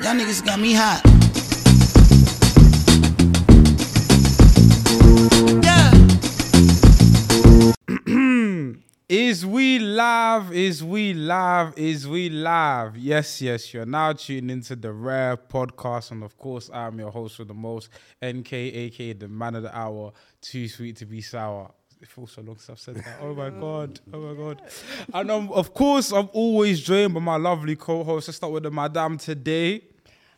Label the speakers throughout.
Speaker 1: Y'all niggas got me hot.
Speaker 2: Is we live? Is we live? Is we live? Yes, yes. You're now tuning into the Rare Podcast, and of course, I'm your host for the most, NK, aka the man of the hour, too sweet to be sour. It feels so long since I've said that. Oh my god! Oh my god! And um, of course, I'm always joined by my lovely co-host. Let's start with the madam today,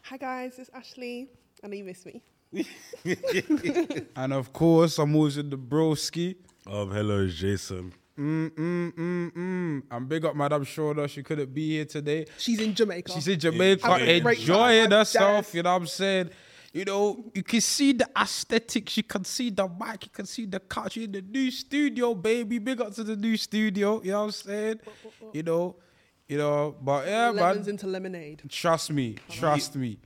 Speaker 3: Hi guys, it's Ashley. I know you miss me.
Speaker 2: and of course, I'm always with the broski.
Speaker 4: Um, hello, it's Jason.
Speaker 2: Mm mm mm mm. And big up Madame Shorter. She couldn't be here today.
Speaker 3: She's in Jamaica.
Speaker 2: She's in Jamaica,
Speaker 3: Having a great
Speaker 2: enjoying
Speaker 3: time.
Speaker 2: herself.
Speaker 3: Yes.
Speaker 2: You know what I'm saying? You know, you can see the aesthetics. You can see the mic. You can see the couch. You're in the new studio, baby. Big up to the new studio. You know what I'm saying? You know, you know. But yeah,
Speaker 3: Lemons
Speaker 2: man.
Speaker 3: into lemonade.
Speaker 2: Trust me. Trust me.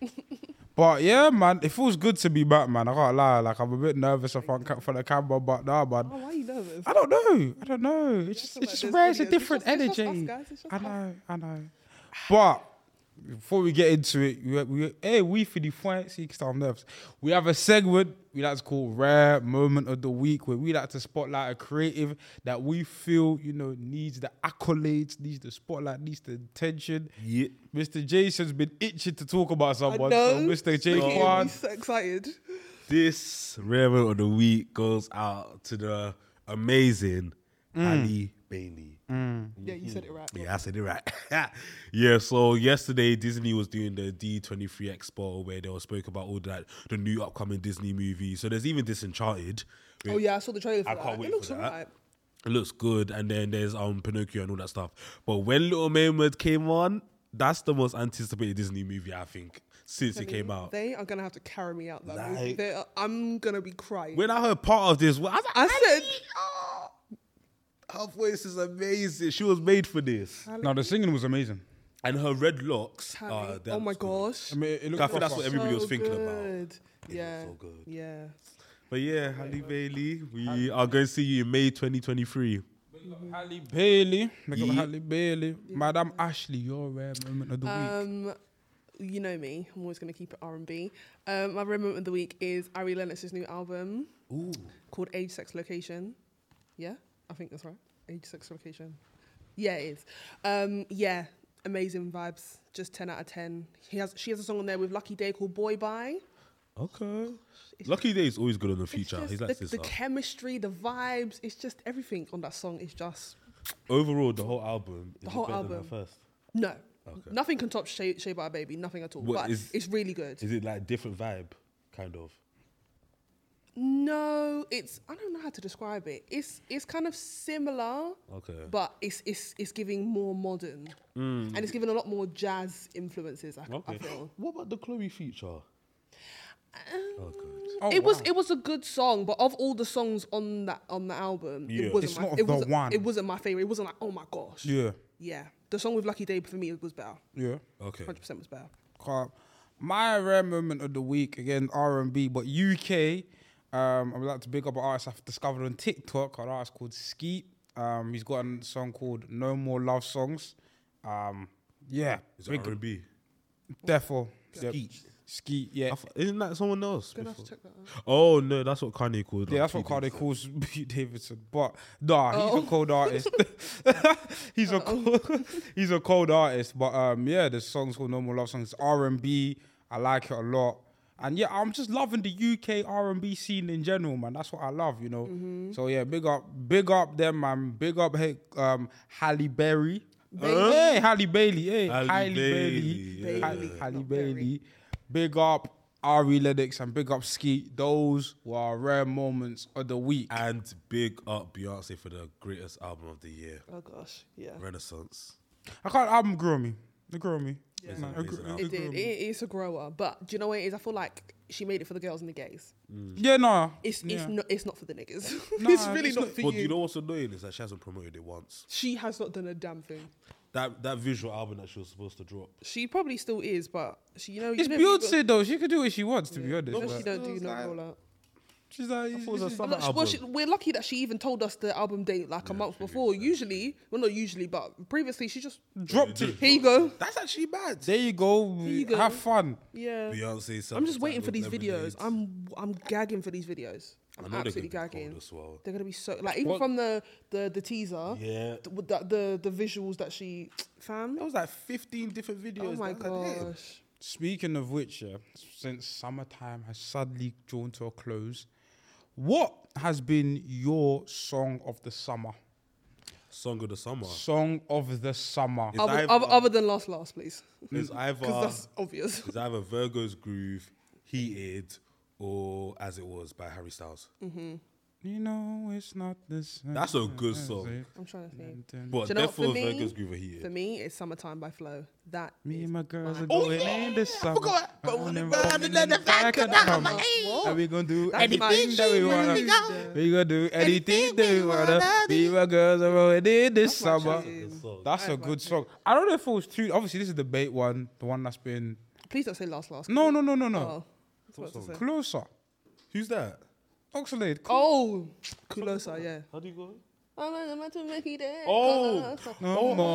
Speaker 2: But yeah, man, it feels good to be back, man. I can't lie. Like I'm a bit nervous in front for the camera, but nah, man.
Speaker 3: Oh, why are you nervous?
Speaker 2: I don't know. I don't know. It's just,
Speaker 3: feel
Speaker 2: it's
Speaker 3: like
Speaker 2: just
Speaker 3: there's
Speaker 2: rare. It's a
Speaker 3: videos. It's
Speaker 2: different
Speaker 3: just- it's just us,
Speaker 2: energy.
Speaker 3: guys. It's just
Speaker 2: I
Speaker 3: us.
Speaker 2: know. I know. But before we get into it, we, we hey, we for the point, see, start nerves. We have a segment we like to call Rare Moment of the Week, where we like to spotlight a creative that we feel, you know, needs the accolades, needs the spotlight, needs the attention.
Speaker 4: Yeah.
Speaker 2: Mr. Jason's been itching to talk about
Speaker 3: I
Speaker 2: someone.
Speaker 3: know.
Speaker 2: So Mr. J.
Speaker 3: Look at him,
Speaker 2: Kwan,
Speaker 3: He's so excited.
Speaker 4: This rare moment of the week goes out to the amazing Ali Bailey.
Speaker 3: Yeah, you said it right.
Speaker 4: Yeah, I said it right. yeah, so yesterday Disney was doing the D23 Expo where they were spoke about all that the new upcoming Disney movies. So there's even Disenchanted.
Speaker 3: Oh yeah, I saw the trailer for
Speaker 4: I
Speaker 3: that.
Speaker 4: can't wait
Speaker 3: it looks
Speaker 4: for that.
Speaker 3: alright.
Speaker 4: It looks good, and then there's um Pinocchio and all that stuff. But when Little Mermaid came on, that's the most anticipated Disney movie I think since it came out.
Speaker 3: They are gonna have to carry me out. That
Speaker 4: Like-
Speaker 3: movie. They are, I'm gonna be crying.
Speaker 4: When I heard part of this, I was like,
Speaker 3: I said,
Speaker 4: Ah, Her voice is amazing. She was made for this.
Speaker 2: Now the singing was amazing.
Speaker 4: And her red locks.
Speaker 3: Tammy,
Speaker 4: Uh, that
Speaker 3: oh my
Speaker 4: was good.
Speaker 3: gosh,
Speaker 2: I mean, it looked
Speaker 4: I think that's
Speaker 2: proper.
Speaker 4: what everybody was
Speaker 3: so
Speaker 4: thinking about.
Speaker 3: good. Yeah,
Speaker 4: so good.
Speaker 3: yeah.
Speaker 4: But yeah, Halle Bailey, we are going to see you in May 2023.
Speaker 2: Mm-hmm. Halle Bailey, make up
Speaker 4: Yeah.
Speaker 2: Halle Bailey, Madam Ashley, your rare moment of the week.
Speaker 3: Um, you know me. I'm always gonna keep it R and B. Um, my moment of the week is Ari Lennox's new album called Age, Sex, Location. Yeah, I think that's right. Age, Sex, Location. Yeah, it is. Um, yeah, amazing vibes. Just ten out of ten. He has. She has a song on there with Lucky Day called Boy Bye.
Speaker 4: Okay. Lucky Day is always good on the
Speaker 3: It's
Speaker 4: feature.
Speaker 3: just
Speaker 4: He's like
Speaker 3: the,
Speaker 4: this.
Speaker 3: the
Speaker 4: up.
Speaker 3: chemistry, the vibes. It's just everything on that song is just
Speaker 4: Overall, the whole album. Is
Speaker 3: The whole
Speaker 4: it better than
Speaker 3: album.
Speaker 4: her first.
Speaker 3: no. Nothing can top Shea, Shea by a Baby. Nothing at all.
Speaker 4: What
Speaker 3: but
Speaker 4: is-
Speaker 3: it's really good.
Speaker 4: Is it like different vibe, kind of?
Speaker 3: No, it's I don't know how to describe it. It's it's kind of similar,
Speaker 4: Okay. Mm.
Speaker 3: but it's it's it's giving more modern, and it's giving a lot more jazz influences. I, I
Speaker 4: Okay.
Speaker 3: feel
Speaker 4: What about the Chloe feature? Oh, good.
Speaker 2: Oh,
Speaker 3: it was
Speaker 2: wow.
Speaker 3: it was a good song, but of all the songs on that on the album,
Speaker 4: Yeah.
Speaker 3: it wasn't
Speaker 2: It's
Speaker 3: my,
Speaker 2: not
Speaker 3: it
Speaker 2: the
Speaker 3: wasn't,
Speaker 2: one.
Speaker 3: It wasn't my favorite. It wasn't like oh my gosh, yeah.
Speaker 2: Yeah,
Speaker 3: The song with Lucky Day for me was better.
Speaker 2: yeah.
Speaker 4: Okay.
Speaker 3: Hundred percent was better.
Speaker 2: Calm. My rare moment of the week again R and B, but UK. Um, I would like to big up an artist I've discovered on TikTok. An artist called Skeet. Um, he's got a song called "No More Love Songs." Um, yeah,
Speaker 4: Is it R&B?
Speaker 2: therefore
Speaker 4: Skeet.
Speaker 2: Skeet, yeah,
Speaker 4: I thought- Isn't that someone else?
Speaker 3: Gonna have
Speaker 4: before?
Speaker 3: to check that out.
Speaker 4: Oh no, that's what Kanye called.
Speaker 2: Yeah,
Speaker 4: like,
Speaker 2: that's what
Speaker 4: two
Speaker 2: Cardi
Speaker 4: days.
Speaker 2: calls Pete Davidson. But nah, he's a cold artist. he's a cold, he's a cold artist. But um, yeah, the song's called Normal Love Songs. R and B. I like it a lot. And yeah, I'm just loving the UK R and B scene in general, man. That's what I love, you know. So yeah, big up, big up them, man. Big up, hey, um, Halle Berry. Hey, Halle Bailey. Hey,
Speaker 4: Halle
Speaker 2: Halle Bailey.
Speaker 4: Bailey,
Speaker 2: Halle,
Speaker 3: yeah.
Speaker 2: Halle
Speaker 3: Not Berry.
Speaker 2: Bailey. Big up Ari Lennox and big up Skeet. Those were our rare moments of the week.
Speaker 4: And big up Beyonce for the greatest album of the year,
Speaker 3: Oh gosh, yeah.
Speaker 4: Renaissance.
Speaker 2: I can't album grew on me. It grew on me.
Speaker 4: It's
Speaker 2: Nah,
Speaker 4: an
Speaker 2: it grew-
Speaker 4: amazing
Speaker 3: It
Speaker 4: album.
Speaker 3: did. It, it's a grower, but do you know what it is? I feel like she made it for the girls and the gays.
Speaker 2: Yeah, no.
Speaker 3: It's
Speaker 2: yeah.
Speaker 3: it's not it's not for the niggas.
Speaker 2: Nah,
Speaker 3: it's really
Speaker 2: it's
Speaker 3: not,
Speaker 2: not-
Speaker 3: for
Speaker 4: But
Speaker 3: you.
Speaker 4: you know what's annoying is that she hasn't promoted it once.
Speaker 3: she has not done a damn thing.
Speaker 4: That that visual album that she was supposed to drop.
Speaker 3: She probably still is, but she you know you
Speaker 2: It's
Speaker 3: know people-
Speaker 2: Beyonce though. She could do what she wants, to be honest.
Speaker 3: No, she
Speaker 2: but-
Speaker 3: don't do no all out.
Speaker 2: She's like,
Speaker 4: thought it was a
Speaker 2: she's-
Speaker 4: summer
Speaker 3: Look, well,
Speaker 4: album.
Speaker 3: she, we're lucky that she even told us the album date like a month before. Usually, well, not usually, but previously she just
Speaker 2: dropped it.
Speaker 3: here you go.
Speaker 4: That's actually bad.
Speaker 2: There you go.
Speaker 3: you go.
Speaker 2: Have fun.
Speaker 3: Yeah,
Speaker 4: Beyonce.
Speaker 3: I'm just waiting for these
Speaker 4: Self-Titled Lemonade.
Speaker 3: vides. I'm I'm gagging for these videos. I'm
Speaker 4: I know they're
Speaker 3: absolutely
Speaker 4: gonna be cold
Speaker 3: gagging.
Speaker 4: as well.
Speaker 3: They're gonna be so like even
Speaker 2: What-
Speaker 3: from the the the teaser,
Speaker 4: Yeah.
Speaker 3: th- with the, the the visuals that she fam.
Speaker 4: That was like 15 different videos.
Speaker 3: Oh my
Speaker 4: That's like, damn.
Speaker 3: gosh.
Speaker 2: Speaking of which, yeah, since summertime has suddenly drawn to a close, what has been your song of the summer?
Speaker 4: Song of the summer.
Speaker 2: Song of the summer.
Speaker 4: Is
Speaker 3: Other,
Speaker 4: I've-
Speaker 3: other, other than last last, please,
Speaker 4: It's either
Speaker 3: because that's obvious.
Speaker 4: it's either Virgo's Groove, Heated, or As It Was by Harry Styles.
Speaker 3: Mm-hmm.
Speaker 2: You know it's not the same.
Speaker 4: That's a good
Speaker 3: Mm-hmm.
Speaker 4: song.
Speaker 3: I'm trying to think. Do you know what,
Speaker 4: But
Speaker 3: for
Speaker 4: definitely
Speaker 3: me-
Speaker 4: Virgo's Groove or Heated.
Speaker 3: For me, it's summertime by Flo. That
Speaker 2: Me
Speaker 3: is
Speaker 2: and my girls are
Speaker 3: my-
Speaker 2: going in this summer.
Speaker 1: forgot.
Speaker 2: Rolling
Speaker 1: Rolling
Speaker 2: round
Speaker 1: round
Speaker 2: in
Speaker 1: in
Speaker 2: the
Speaker 1: the
Speaker 2: back of the
Speaker 1: back
Speaker 2: Hummer.
Speaker 3: What?
Speaker 2: And we gonna do
Speaker 3: That's my
Speaker 2: anything that we
Speaker 3: shit.
Speaker 2: wanna.
Speaker 3: Here we go.
Speaker 2: We gonna do anything that we wanna. Me and my girls are rolling in this
Speaker 3: my
Speaker 2: summer.
Speaker 3: shit.
Speaker 2: That's a
Speaker 3: That's my
Speaker 2: good song. I don't know if it was two. Obviously, this is the bait one, the one that's been
Speaker 3: Please don't say last last.
Speaker 2: No, no, no, no,
Speaker 3: Oh,
Speaker 2: no.
Speaker 3: that's what I was about to say.
Speaker 2: Closer.
Speaker 4: Who's that?
Speaker 2: Oxalade. Cl-
Speaker 3: oh Kulosa, yeah.
Speaker 4: How do you go?
Speaker 3: Oh,
Speaker 2: no, no, no,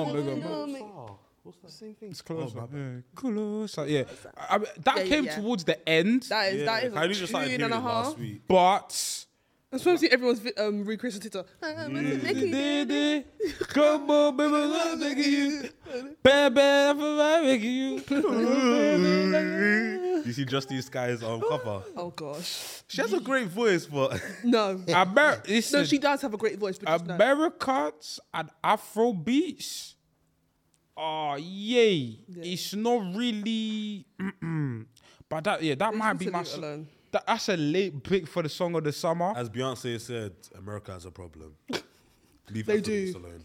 Speaker 2: no.
Speaker 4: What's that?
Speaker 3: Same thing.
Speaker 2: It's closer. yeah. Closer. Yeah. I I mean, that
Speaker 3: Yeah, yeah,
Speaker 2: came
Speaker 3: yeah.
Speaker 2: towards the end,
Speaker 3: That is that is
Speaker 4: I
Speaker 3: like
Speaker 4: just started
Speaker 3: two
Speaker 4: hearing
Speaker 3: and a
Speaker 4: it
Speaker 3: half.
Speaker 4: last week.
Speaker 2: but.
Speaker 3: I'm supposed to see everyone's vi- um recreation Twitter.
Speaker 2: Come on, baby, I'm making you. Baby, I'm making you.
Speaker 4: You see Justin Sky's um, cover.
Speaker 3: Oh gosh,
Speaker 4: She has a great voice, but
Speaker 3: no,
Speaker 2: Amer-
Speaker 3: no,
Speaker 2: listen,
Speaker 3: she does have a great voice, but just no.
Speaker 2: Americans and Afro beats. Oh, yay. It's not really. but that, yeah, that
Speaker 3: Just
Speaker 2: might be
Speaker 3: leave
Speaker 2: my.
Speaker 3: it
Speaker 2: s-
Speaker 3: alone.
Speaker 2: That, that's a late pick for the song of the summer.
Speaker 4: as Beyonce said, America has a problem. Leave
Speaker 3: They
Speaker 4: Afrobeats
Speaker 3: do.
Speaker 4: alone.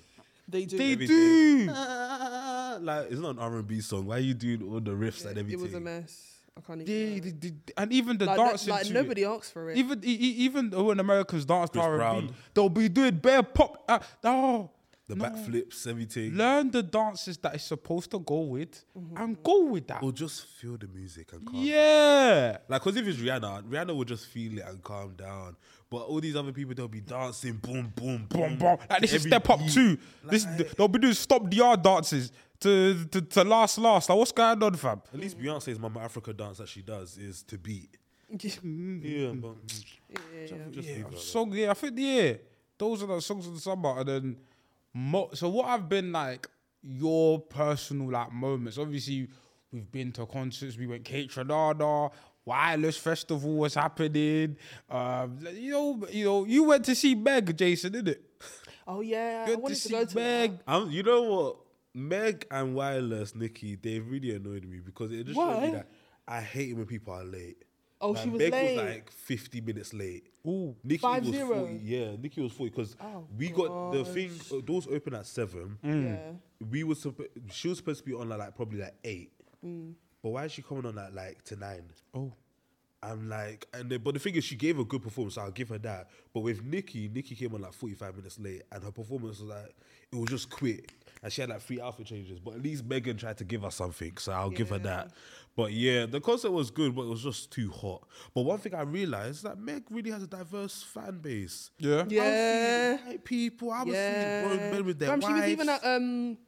Speaker 3: They do.
Speaker 2: they
Speaker 4: every
Speaker 2: do.
Speaker 4: Ah, like it's not an R and B song. Why are you doing all the riffs and
Speaker 3: it
Speaker 4: everything?
Speaker 3: was a mess. I can't
Speaker 2: They-
Speaker 3: even.
Speaker 2: they- they- and even the
Speaker 3: like, no-
Speaker 2: dancing.
Speaker 3: like
Speaker 2: to it.
Speaker 3: nobody asked for it.
Speaker 2: Even e- e- even when Americans dance to
Speaker 4: Chris
Speaker 2: R&B,
Speaker 4: Brown.
Speaker 2: they'll be doing bare pop. Uh, oh,
Speaker 4: the backflips, everything.
Speaker 2: learn the dances that it's supposed to go with,
Speaker 3: Mm-hmm.
Speaker 2: and go with that.
Speaker 4: or just feel the music and calm.
Speaker 2: Yeah,
Speaker 4: Like, cause if it's Rihanna, Rihanna will just feel it and calm down. But all these other people, they'll be dancing, boom, boom,
Speaker 2: boom,
Speaker 4: boom,
Speaker 2: boom. Like this is
Speaker 4: every
Speaker 2: step up
Speaker 4: beat.
Speaker 2: too. This they'll be doing stop the yard dances to, to to last last. Like what's going on, fam?
Speaker 4: At least Beyonce's Mama Africa dance that she does is to beat.
Speaker 2: Mm-hmm.
Speaker 4: Yeah, but
Speaker 3: yeah, yeah, yeah.
Speaker 4: just leave it.
Speaker 2: Song, yeah, I think yeah, those are the songs of the summer. And then, mo- so what have been like your personal like moments? Obviously, we've been to concerts. We went Kate Trinada. Wireless Festival was happening. Um, you know, you know, you went to see Meg, Jason, didn't it?
Speaker 3: Oh yeah, I
Speaker 2: Good to
Speaker 3: wanted to,
Speaker 2: see
Speaker 3: go to that.
Speaker 2: Meg.
Speaker 4: Um, you know what? Meg and Wireless Nikki, they really annoyed me because it just showed
Speaker 3: Why?
Speaker 4: me that I hate it when people are late.
Speaker 3: Oh,
Speaker 4: Like,
Speaker 3: she was
Speaker 4: Meg
Speaker 3: late.
Speaker 4: was like 50 minutes late.
Speaker 2: Ooh.
Speaker 4: Nikki
Speaker 3: Five
Speaker 4: was
Speaker 3: zero.
Speaker 4: 40. Yeah, Nikki was 40 because
Speaker 3: Oh,
Speaker 4: we got the thing, uh, doors open at 7.
Speaker 3: Yeah.
Speaker 4: We were supposed, she was supposed to be on at like probably like 8.
Speaker 3: Mm.
Speaker 4: But why is she coming on at like to 9?
Speaker 2: Oh,
Speaker 4: I'm like, and the, but the thing is, she gave a good performance. So I'll give her that. But with Nikki, Nikki came on like 45 minutes late, and her performance was like, it was just quick, and she had like three outfit changes. But at least Megan tried to give us something, so I'll give her that. But yeah, the concert was good, but it was just too hot. But one thing I realized is that Meg really has a diverse fan base.
Speaker 2: yeah.
Speaker 4: I was
Speaker 3: Yeah.
Speaker 4: seeing white people. I was
Speaker 3: Yeah.
Speaker 4: seeing grown men with their
Speaker 3: Fam,
Speaker 4: wives.
Speaker 3: she was even at um,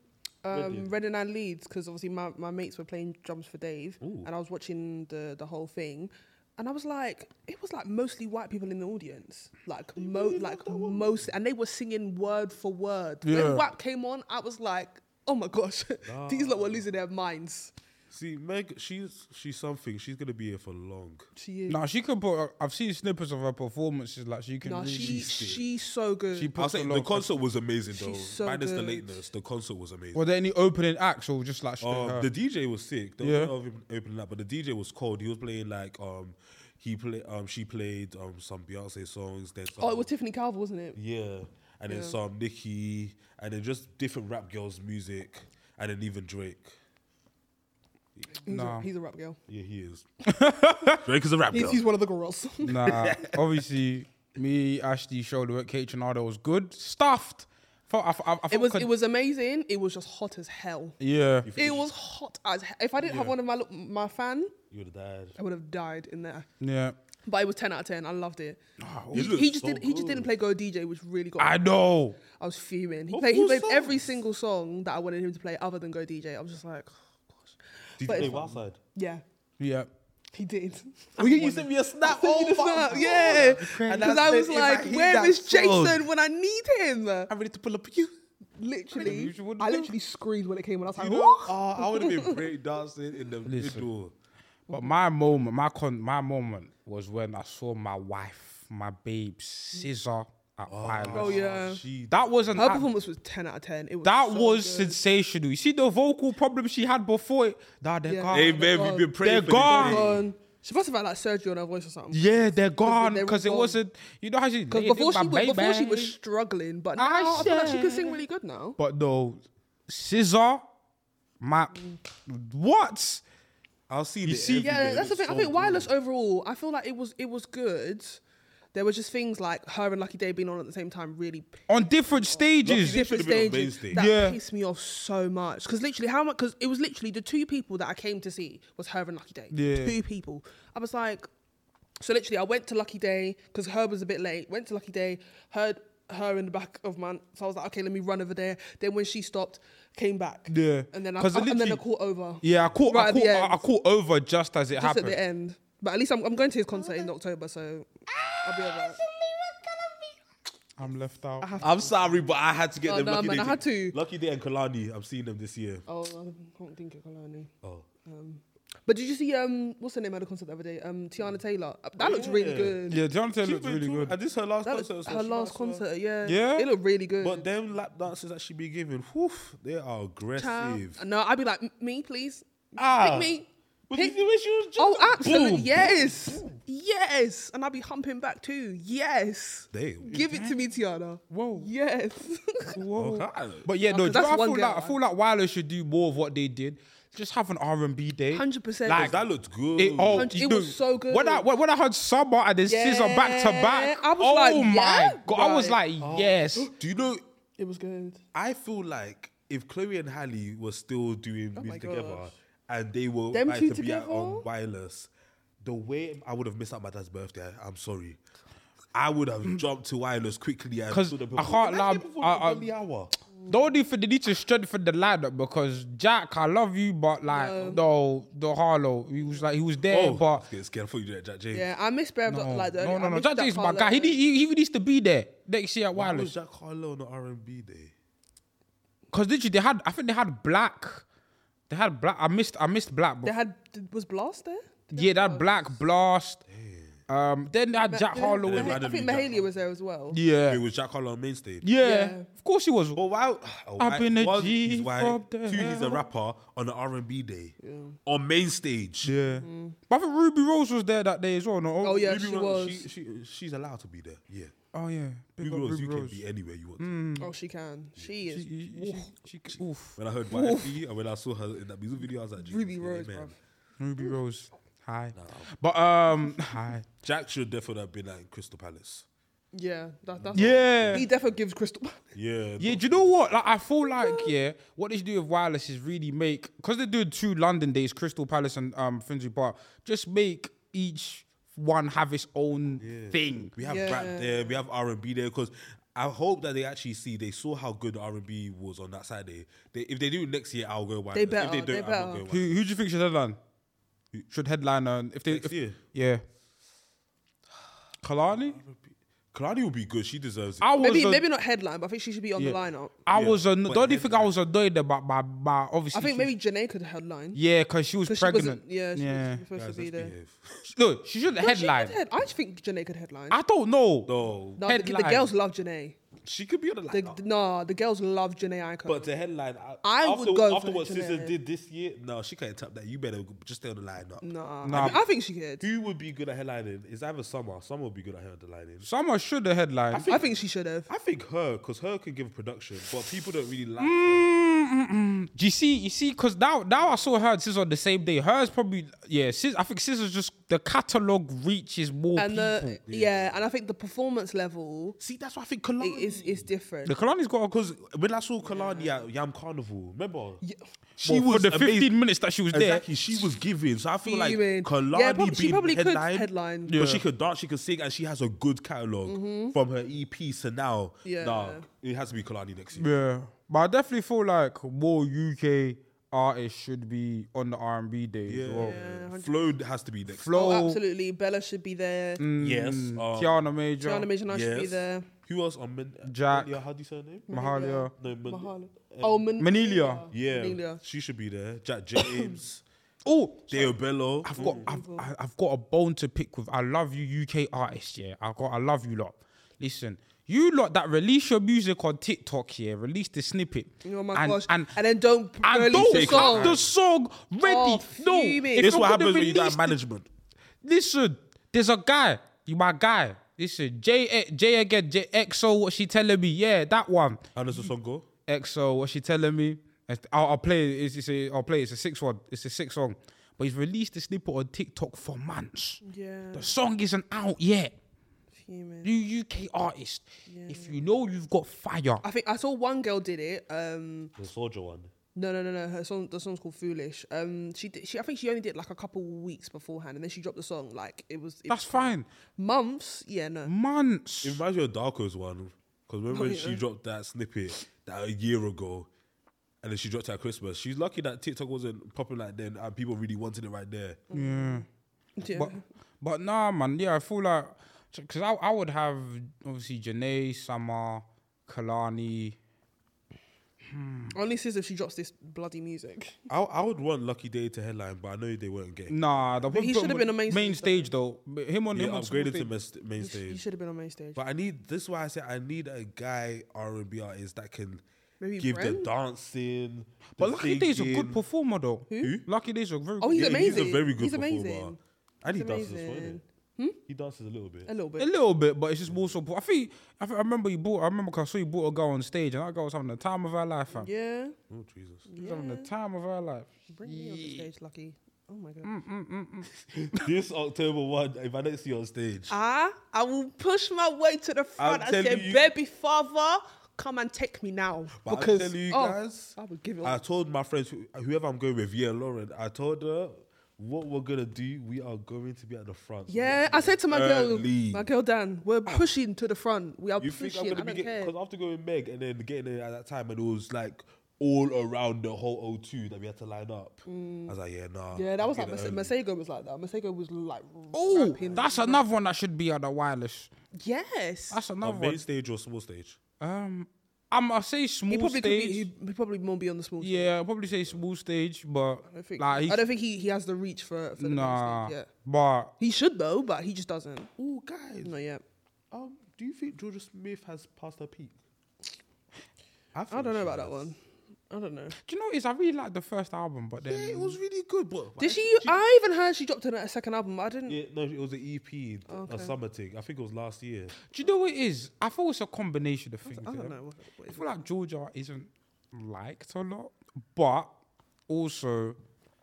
Speaker 3: um
Speaker 4: Reading.
Speaker 3: Reading and Leeds because obviously my, my mates were playing drums for Dave and I was watching the the whole thing. And I was like, it was like mostly white people in the audience, like mo- like most, and they were singing word for word.
Speaker 2: Yeah.
Speaker 3: When WAP came on, I was like, oh my gosh, these lot were losing their minds.
Speaker 4: See, Meg, she's she's something. She's gonna be here for long.
Speaker 3: She is.
Speaker 2: Now she can put. I've seen snippets of her performances. Like she can.
Speaker 3: Nah,
Speaker 2: really,
Speaker 3: she,
Speaker 4: she's fit.
Speaker 3: she's so good.
Speaker 2: she
Speaker 4: I'll
Speaker 2: puts
Speaker 4: say
Speaker 2: a
Speaker 4: the
Speaker 2: lot. Of,
Speaker 4: concert was amazing though.
Speaker 3: She's so
Speaker 4: Minus the
Speaker 3: good.
Speaker 4: lateness, the concert was amazing.
Speaker 2: were there any opening acts or just like straight
Speaker 4: Um,
Speaker 2: her?
Speaker 4: the DJ was sick. They
Speaker 2: Yeah.
Speaker 4: yeah. opening up, but the DJ was cold. He was playing like um, he play um, she played um some Beyonce songs. Then some,
Speaker 3: oh, it was Tiffany Calver, wasn't it?
Speaker 4: yeah, and then
Speaker 3: Yeah.
Speaker 4: some Nicki, and then just different rap girls' music, and then even Drake.
Speaker 3: He's,
Speaker 2: Nah.
Speaker 3: a, he's a rap girl.
Speaker 4: Yeah, he is. Drake is a rap
Speaker 3: He's,
Speaker 4: girl.
Speaker 3: he's one of the girls.
Speaker 2: Nah, obviously, me, Ashley, showed what Kate Trinado was good. Stuffed. Felt- I, I, I
Speaker 3: It
Speaker 2: felt
Speaker 3: was
Speaker 2: con-
Speaker 3: it was amazing. It was just hot as hell.
Speaker 2: Yeah.
Speaker 3: It was hot as hell. If I didn't have one of my lo- my fan,
Speaker 4: You would have died.
Speaker 3: I would have died in there.
Speaker 2: Yeah.
Speaker 3: But it was ten out of ten. I loved it.
Speaker 4: He
Speaker 3: Oh, He,
Speaker 4: looked
Speaker 3: he just
Speaker 4: Ah, so
Speaker 3: did. He just didn't play Go DJ, which really got.
Speaker 2: I
Speaker 3: I,
Speaker 2: know.
Speaker 3: I was fuming. He
Speaker 4: Of
Speaker 3: played. He
Speaker 4: all
Speaker 3: played every
Speaker 4: songs.
Speaker 3: single song that I wanted him to play, other than Go DJ. I was just like,
Speaker 4: Did
Speaker 3: But
Speaker 4: you play
Speaker 3: it's fun.
Speaker 4: Wildside?
Speaker 3: yeah,
Speaker 2: Yeah.
Speaker 3: he did.
Speaker 4: Oh yeah, you sent me a snap. Oh,
Speaker 3: Send you the snap, yeah,
Speaker 4: And
Speaker 3: because I was like, where is Jason when I need him?
Speaker 4: I'm ready to pull up you.
Speaker 3: Literally,
Speaker 2: You would
Speaker 3: I
Speaker 2: do.
Speaker 3: literally screamed when it came on. I was like,
Speaker 4: You know,
Speaker 3: "What?"
Speaker 4: oh, I would have been break dancing in the
Speaker 2: Listen.
Speaker 4: middle.
Speaker 2: But my moment, my con, my moment was when I saw my wife, my babe, Scissor at Finals.
Speaker 3: Oh, yeah.
Speaker 4: She
Speaker 2: That was an
Speaker 3: Her
Speaker 2: act-
Speaker 3: performance was ten out of ten. It was
Speaker 2: that
Speaker 3: so
Speaker 2: was
Speaker 3: good.
Speaker 2: sensational. You see the vocal problem she had before it. Nah, they're
Speaker 3: Yeah.
Speaker 2: gone.
Speaker 3: They-
Speaker 4: Amen. We've been praying
Speaker 2: They're
Speaker 4: for
Speaker 2: gone.
Speaker 4: this. day.
Speaker 3: Gone. She must have had like surgery on her voice or something.
Speaker 2: yeah, they're gone
Speaker 3: they're
Speaker 2: because it
Speaker 3: gone.
Speaker 2: wasn't. You know how she
Speaker 3: Because
Speaker 2: laid
Speaker 3: before
Speaker 2: in my
Speaker 3: she was before she was
Speaker 2: baby.
Speaker 3: struggling, but
Speaker 2: I
Speaker 3: now I feel like she can
Speaker 2: said-
Speaker 3: sing really good now.
Speaker 2: But no, Scissor, my what?
Speaker 4: I'll see. the
Speaker 2: see-
Speaker 4: every
Speaker 2: Yeah,
Speaker 4: day.
Speaker 3: Yeah,
Speaker 4: It
Speaker 3: that's the
Speaker 4: looks
Speaker 3: thing. I
Speaker 4: so
Speaker 3: think
Speaker 4: good.
Speaker 3: wireless overall, I feel like it was it was good. There were just things like her and Lucky Day being on at the same time really p-
Speaker 2: On different stages.
Speaker 4: Lucky
Speaker 3: different
Speaker 4: should've been on
Speaker 3: stages
Speaker 4: main stage.
Speaker 3: that
Speaker 2: Yeah.
Speaker 3: pissed me off so much because literally how much because it was literally the two people that I came to see was her and Lucky Day.
Speaker 2: Yeah.
Speaker 3: Two people. I was like, so literally I went to Lucky Day because her was a bit late. Went to Lucky Day, heard her in the back of man. So I was like, okay, let me run over there. Then when she stopped, came back.
Speaker 2: Yeah.
Speaker 3: And then I,
Speaker 2: 'Cause it
Speaker 3: and then I
Speaker 2: literally-
Speaker 3: caught over.
Speaker 2: Yeah, I caught,
Speaker 3: Right
Speaker 2: I,
Speaker 3: at the
Speaker 2: caught I,
Speaker 3: end.
Speaker 2: I caught over just as it
Speaker 3: Just
Speaker 2: happened.
Speaker 3: at the end. But at least I'm, I'm going to his concert in October, so I'll be alright.
Speaker 2: I'm left out.
Speaker 4: I'm sorry, but I had to get
Speaker 3: Oh,
Speaker 4: them.
Speaker 3: no,
Speaker 4: lucky
Speaker 3: man,
Speaker 4: day
Speaker 3: I had to.
Speaker 4: Lucky day and Kalani. I'm seeing them this year.
Speaker 3: Oh, I can't think of Kalani.
Speaker 4: Oh.
Speaker 3: Um, but did you see um what's her name at the concert the other day? Um, Tiana Taylor. Uh, That looks really
Speaker 4: Yeah.
Speaker 3: good.
Speaker 2: Mm. Yeah, Jonathan
Speaker 4: She's
Speaker 2: looked
Speaker 4: been
Speaker 2: really
Speaker 4: touring-
Speaker 2: good.
Speaker 4: And this is her last
Speaker 3: That was
Speaker 4: concert. as well.
Speaker 3: her
Speaker 4: She
Speaker 3: last
Speaker 4: might as well.
Speaker 3: concert. Yeah.
Speaker 2: Yeah?
Speaker 3: It looked really good.
Speaker 4: But them lap dances that she be giving, whew, they are
Speaker 3: Child.
Speaker 4: aggressive.
Speaker 3: No, I'd be like "M- me, please.
Speaker 4: Ah,
Speaker 3: Pick me.
Speaker 4: But
Speaker 3: Pick-
Speaker 4: did you wish she was just
Speaker 3: Oh,
Speaker 4: a-
Speaker 3: absolutely.
Speaker 4: boom.
Speaker 3: yes. Yes. And I'd be humping back too. Yes.
Speaker 4: Damn.
Speaker 3: Give it to me, Tiana.
Speaker 2: Whoa.
Speaker 3: Yes.
Speaker 2: Whoa.
Speaker 4: Okay.
Speaker 2: But yeah,
Speaker 3: No,
Speaker 2: no,
Speaker 3: 'cause
Speaker 2: do you
Speaker 3: that's
Speaker 2: know, I
Speaker 3: one
Speaker 2: feel
Speaker 3: girl,
Speaker 2: like I
Speaker 3: man.
Speaker 2: feel like Wireless should do more of what they did. Just have an R and B day.
Speaker 3: 100%.
Speaker 2: Like
Speaker 4: That looked good.
Speaker 2: it, oh,
Speaker 3: Hundred-
Speaker 2: you
Speaker 3: it
Speaker 2: know,
Speaker 3: was so good.
Speaker 2: When I when, when I heard Summer and then Scissor back to back,
Speaker 3: Yeah, I was
Speaker 2: oh
Speaker 3: like,
Speaker 2: my
Speaker 3: yeah,
Speaker 2: god, I was like,
Speaker 3: right. Oh.
Speaker 2: yes.
Speaker 4: Do you know?
Speaker 3: it was good.
Speaker 4: I feel like if Chloe and Halle were still doing
Speaker 2: Oh
Speaker 4: music together
Speaker 3: gosh.
Speaker 4: and they were
Speaker 3: Them
Speaker 4: like
Speaker 3: two
Speaker 4: to be out on
Speaker 3: together?
Speaker 4: wireless, the way I would have missed out my dad's birthday, I, am sorry. I would have jumped to wireless quickly and
Speaker 2: 'Cause
Speaker 4: saw them
Speaker 2: I can't
Speaker 4: perform.
Speaker 2: lie,
Speaker 4: Imagine performing
Speaker 2: I- I-
Speaker 4: for the hour.
Speaker 2: The only thing they need to strengthen the lineup because Jack, I love you, but like no, the Harlow, he was like he was there,
Speaker 4: Oh, I
Speaker 2: but
Speaker 4: was getting scared. I thought you did that, Jack James.
Speaker 3: Yeah, I miss Bev.
Speaker 2: no,
Speaker 3: like the
Speaker 2: no, no,
Speaker 3: I
Speaker 2: no.
Speaker 3: miss
Speaker 2: Jack
Speaker 3: Jack
Speaker 2: is my
Speaker 3: Harlow.
Speaker 2: guy. He, need- he he needs to be there next year at
Speaker 4: Why was
Speaker 2: Wireless
Speaker 4: Jack Harlow on the R&B day?
Speaker 2: because literally they had I think they had Black, they had Black. I missed I missed Black, but
Speaker 3: They had was Blast there.
Speaker 2: Yeah, that Black Blast. Um, then that Jack Harlow. was-
Speaker 4: Then Madeline
Speaker 3: I think
Speaker 4: Jack
Speaker 3: Mahalia was there as well.
Speaker 2: Yeah.
Speaker 4: It
Speaker 2: yeah,
Speaker 4: was Jack Harlow on main stage.
Speaker 3: Yeah.
Speaker 2: Of course he was.
Speaker 4: But why? Oh,
Speaker 2: I've
Speaker 4: why-
Speaker 2: been a
Speaker 4: one,
Speaker 2: G
Speaker 4: he's white.
Speaker 2: from
Speaker 4: Two,
Speaker 2: the
Speaker 4: he's a
Speaker 2: hell.
Speaker 4: rapper on the R&B day on main stage.
Speaker 2: Yeah, but I think Ruby Rose was there that day as well. No?
Speaker 3: Mm. Oh, yeah.
Speaker 4: Ruby
Speaker 3: she
Speaker 4: Rose,
Speaker 3: was.
Speaker 4: She, she, she's allowed to be there. Yeah.
Speaker 2: Oh yeah. Big
Speaker 4: Ruby
Speaker 2: up
Speaker 4: Rose,
Speaker 2: Ruby
Speaker 4: you
Speaker 2: Rose.
Speaker 4: can be anywhere you want.
Speaker 3: Oh, she can. She
Speaker 2: She,
Speaker 3: is
Speaker 2: she, she, she, oof.
Speaker 4: When I heard YFE and when I saw her in that music video, I was like, Jesus,
Speaker 3: Ruby
Speaker 4: yeah,
Speaker 3: Rose,
Speaker 4: amen.
Speaker 3: bruv.
Speaker 2: Ruby Rose. Hi. But um, hi.
Speaker 4: Jack should definitely have been at Crystal Palace.
Speaker 3: Yeah, that, that's
Speaker 2: Yeah.
Speaker 3: He definitely gives Crystal.
Speaker 4: Yeah.
Speaker 2: Yeah, do you know what? Like, I feel like yeah, what they should do with wireless is really make because they're doing two London days, Crystal Palace and um Finsbury Park. Just make each one have its own thing.
Speaker 4: We have
Speaker 3: Yeah.
Speaker 4: rap there, we have R and B there, because I hope that they actually see they saw how good R and B was on that Saturday. They, if they do it next year, I'll go one.
Speaker 3: They better,
Speaker 4: If they
Speaker 3: they
Speaker 4: don't, I'm not
Speaker 3: better.
Speaker 4: going
Speaker 2: Who who do you think should headline? Should headline uh, if they
Speaker 4: Next
Speaker 2: if-
Speaker 4: year?
Speaker 2: Yeah. Kalani?
Speaker 4: Kalani will be good. She deserves it.
Speaker 2: I was
Speaker 3: Maybe
Speaker 2: an-
Speaker 3: maybe not headline, but I think she should be on
Speaker 2: yeah.
Speaker 3: the lineup.
Speaker 2: I
Speaker 4: Yeah,
Speaker 2: was an, the
Speaker 4: but
Speaker 2: only thing I was annoyed about by, by obviously
Speaker 3: I think
Speaker 2: she
Speaker 3: maybe
Speaker 2: was-
Speaker 3: Janae could headline.
Speaker 2: yeah because she was
Speaker 3: 'Cause She
Speaker 2: pregnant.
Speaker 3: wasn't, yeah, she
Speaker 2: yeah.
Speaker 3: was supposed
Speaker 4: Guys,
Speaker 3: to be
Speaker 4: let's
Speaker 3: there.
Speaker 4: behave.
Speaker 2: no, she shouldn't
Speaker 3: No, she could
Speaker 2: headline.
Speaker 3: head- I just think Janae could headline.
Speaker 2: I don't know.
Speaker 4: No,
Speaker 3: no, the, the
Speaker 2: headline.
Speaker 3: girls love Janae.
Speaker 4: she could be on the
Speaker 3: The,
Speaker 4: lineup.
Speaker 3: nah, the girls love Janae Icon.
Speaker 4: But the headline,
Speaker 3: I
Speaker 4: after,
Speaker 3: would go
Speaker 4: after
Speaker 3: for
Speaker 4: what Sister
Speaker 3: Janae.
Speaker 4: did this year. No, she can't tap that. You better go- just stay on the lineup.
Speaker 3: nah,
Speaker 2: Nah.
Speaker 3: I, mean, I think she could.
Speaker 4: Who would be good at headlining? Is either Summer. Summer would be good at headlining.
Speaker 2: Someone should have headline.
Speaker 3: I think she should have. Mm.
Speaker 4: I think her, because her can give production, but people don't really like. her.
Speaker 2: Do you see? You see, because now, now I saw her and Sis on the same day. Hers probably, yeah. Sis, I think Sis is just the catalog reaches more
Speaker 3: and
Speaker 2: people.
Speaker 3: the yeah, and I think the performance level
Speaker 4: See, that's why I think
Speaker 3: i-
Speaker 4: Kalani
Speaker 3: is is different.
Speaker 2: the Kalani's got a
Speaker 4: Because when I saw Kalani at Yam Carnival, remember?
Speaker 2: she was the 15 minutes that she was there.
Speaker 4: Exactly, she was giving. So I feel like
Speaker 3: Fuming.
Speaker 4: Kalani
Speaker 3: Yeah, prob- she
Speaker 4: being
Speaker 3: probably could
Speaker 4: headline,
Speaker 3: headline. Mm-hmm.
Speaker 2: Yeah.
Speaker 4: but she could dance, she could sing, and she has a good catalog from her EP to now.
Speaker 3: Yeah.
Speaker 4: nah, it has to be Kalani next year.
Speaker 2: Yeah, but I definitely feel like more UK artists should be on the R and B day as well.
Speaker 4: Flo has to be next.
Speaker 2: Flo,
Speaker 3: Oh, absolutely. Bella should be there.
Speaker 4: yes,
Speaker 2: mm,
Speaker 4: um,
Speaker 2: Tiana Major,
Speaker 3: Tiana Major Nash should be
Speaker 4: yes.
Speaker 3: there.
Speaker 4: Who else on Men-
Speaker 2: Jack.
Speaker 4: Melia, how do you say her name?
Speaker 2: Mahalia.
Speaker 4: No, Men-
Speaker 3: Mahalo. Oh, Man-
Speaker 2: Manelia.
Speaker 4: Yeah,
Speaker 3: Manelia.
Speaker 4: she should be there. Jack James,
Speaker 2: Oh,
Speaker 4: Deo Bello.
Speaker 2: I've got I've,
Speaker 3: Mm.
Speaker 2: I- I've got a bone to pick with. I love you, UK artists. Yeah, I got I love you lot. Listen, you lot that release your music on TikTok here, release the snippet.
Speaker 3: Oh my
Speaker 2: and,
Speaker 3: gosh.
Speaker 2: And,
Speaker 3: And, then don't p-
Speaker 2: and
Speaker 3: release
Speaker 2: don't
Speaker 3: the
Speaker 4: Take
Speaker 3: song.
Speaker 2: have the song ready.
Speaker 3: Oh,
Speaker 2: no,
Speaker 3: fuming.
Speaker 2: if
Speaker 4: This
Speaker 2: you're
Speaker 4: what
Speaker 2: gonna
Speaker 4: happens when you
Speaker 2: release
Speaker 4: got
Speaker 2: the-
Speaker 4: management.
Speaker 2: Listen, there's a guy. You my guy. Listen, J eh, J again. J XO. What she telling me? Yeah, that one.
Speaker 4: How does the song go?
Speaker 2: XO, what she telling me? I'll, I'll play it. It's, it's a, I'll play it. It's a six one. It's a six song. But he's released the snippet on TikTok for months.
Speaker 3: Yeah.
Speaker 2: The song isn't out yet.
Speaker 3: Fuming.
Speaker 2: You UK artist, if you know you've got fire,
Speaker 3: I think I saw one girl did it. Um,
Speaker 4: The soldier one.
Speaker 3: no, no, no, no. Her song, the song's called "Foolish." Um, she, did, she, I think she only did like a couple weeks beforehand, and then she dropped the song. Like it was, it
Speaker 2: that's
Speaker 3: was
Speaker 2: fine.
Speaker 3: months. Yeah, no.
Speaker 2: Months.
Speaker 4: It reminds me of Darko's one because remember
Speaker 2: Oh,
Speaker 4: when she
Speaker 3: yeah.
Speaker 4: dropped that snippet that a year ago, and then she dropped it at Christmas. She's lucky that TikTok wasn't popping like then, and people really wanted it right there.
Speaker 3: Yeah.
Speaker 2: But but nah, man. Yeah, I feel like because I, I would have obviously Janae, Summer, Kalani.
Speaker 3: Only says if she drops this bloody music.
Speaker 4: I, I would want Lucky Day to headline, but I know they weren't getting.
Speaker 2: Nah, the
Speaker 3: he should have been on main
Speaker 2: main
Speaker 3: stage,
Speaker 2: stage though. But Him on
Speaker 4: Yeah,
Speaker 2: him on Mm, small
Speaker 4: upgraded to
Speaker 2: stage.
Speaker 4: mes- main
Speaker 3: You, sh- you
Speaker 4: stage.
Speaker 3: should have been on main stage.
Speaker 4: But I need this is why I say I need a guy R and B artist that can
Speaker 3: Maybe
Speaker 4: give
Speaker 3: Brent?
Speaker 4: the dancing. the
Speaker 2: But Lucky Day's a good
Speaker 4: singing.
Speaker 2: performer though.
Speaker 3: Who?
Speaker 2: Lucky Day's a very
Speaker 3: Oh, Hmm? he's
Speaker 2: good-
Speaker 4: Yeah,
Speaker 3: amazing.
Speaker 4: He's a very good
Speaker 3: He's
Speaker 4: performer.
Speaker 3: amazing.
Speaker 4: And he
Speaker 3: He's
Speaker 4: dances as well.
Speaker 3: amazing. Hmm?
Speaker 4: innit? He dances a little bit.
Speaker 3: a little bit.
Speaker 2: a little bit, but it's just more support. I think I, think, I remember you bought. I remember 'cause I saw you bought a girl on stage, and that girl was having the time of her life. Fam.
Speaker 3: yeah.
Speaker 4: Oh Jesus!
Speaker 2: She was having the time of her life.
Speaker 3: Bring me on the stage, Lucky. Oh my god.
Speaker 4: Mm. this October one, if I don't see you on stage,
Speaker 3: Ah, I will push my way to the front
Speaker 4: I'm
Speaker 3: and
Speaker 4: telling
Speaker 3: say,
Speaker 4: you-
Speaker 3: "Baby father, come and take me now."
Speaker 4: But
Speaker 3: because
Speaker 4: I'm telling you
Speaker 3: oh,
Speaker 4: guys,
Speaker 3: I would give it.
Speaker 4: I told my friends, who- whoever I'm going with, yeah, Lauren, I told her what we're gonna do. We are going to be at the front.
Speaker 3: yeah, I said to my
Speaker 4: Early. Ah.
Speaker 3: girl, my girl Dan, we're pushing to the front. We are
Speaker 4: you think
Speaker 3: pushing.
Speaker 4: I'm
Speaker 3: I
Speaker 4: gonna
Speaker 3: don't
Speaker 4: be getting?
Speaker 3: care.
Speaker 4: Because after going with Meg and then getting there at that time, and it was like all around the whole O2 that we had to line up. I was like, yeah, nah.
Speaker 3: Mm. Yeah, that
Speaker 4: I'm
Speaker 3: was like
Speaker 4: getting
Speaker 3: Mas-
Speaker 4: early.
Speaker 3: Masego was like that. Masego was like,
Speaker 2: Oh,
Speaker 3: rapping.
Speaker 2: that's another one that should be at the wireless.
Speaker 3: yes.
Speaker 2: That's another
Speaker 4: on main
Speaker 2: one.
Speaker 4: stage or small stage.
Speaker 2: Um, I'm I say small
Speaker 3: he probably could
Speaker 2: stage.
Speaker 3: be. He would probably more be on the small. stage.
Speaker 2: yeah, I'll probably say small stage, but
Speaker 3: I don't think.
Speaker 2: like he's,
Speaker 3: I don't think he, he has the reach for, for the
Speaker 2: nah.
Speaker 3: nah. stage. Yeah,
Speaker 2: But
Speaker 3: he should though, but he just doesn't.
Speaker 4: Oh, guys,
Speaker 3: Not yet.
Speaker 4: um, do you think Georgia Smith has passed her peak?
Speaker 3: I don't know about that one. I don't know.
Speaker 2: do you know what it is I really like the first album, but
Speaker 4: Yeah, it
Speaker 2: then
Speaker 4: was really good, but
Speaker 3: Did she? I even heard she dropped in a second album. but I didn't.
Speaker 4: Yeah, no, it was an EP, a
Speaker 3: Okay.
Speaker 4: summer thing. I think it was last year.
Speaker 2: do you know what it is? I feel it's a combination of things.
Speaker 3: I
Speaker 2: yeah.
Speaker 3: don't know. What, what
Speaker 2: I
Speaker 3: is it?
Speaker 2: feel like Georgia isn't liked a lot, but also,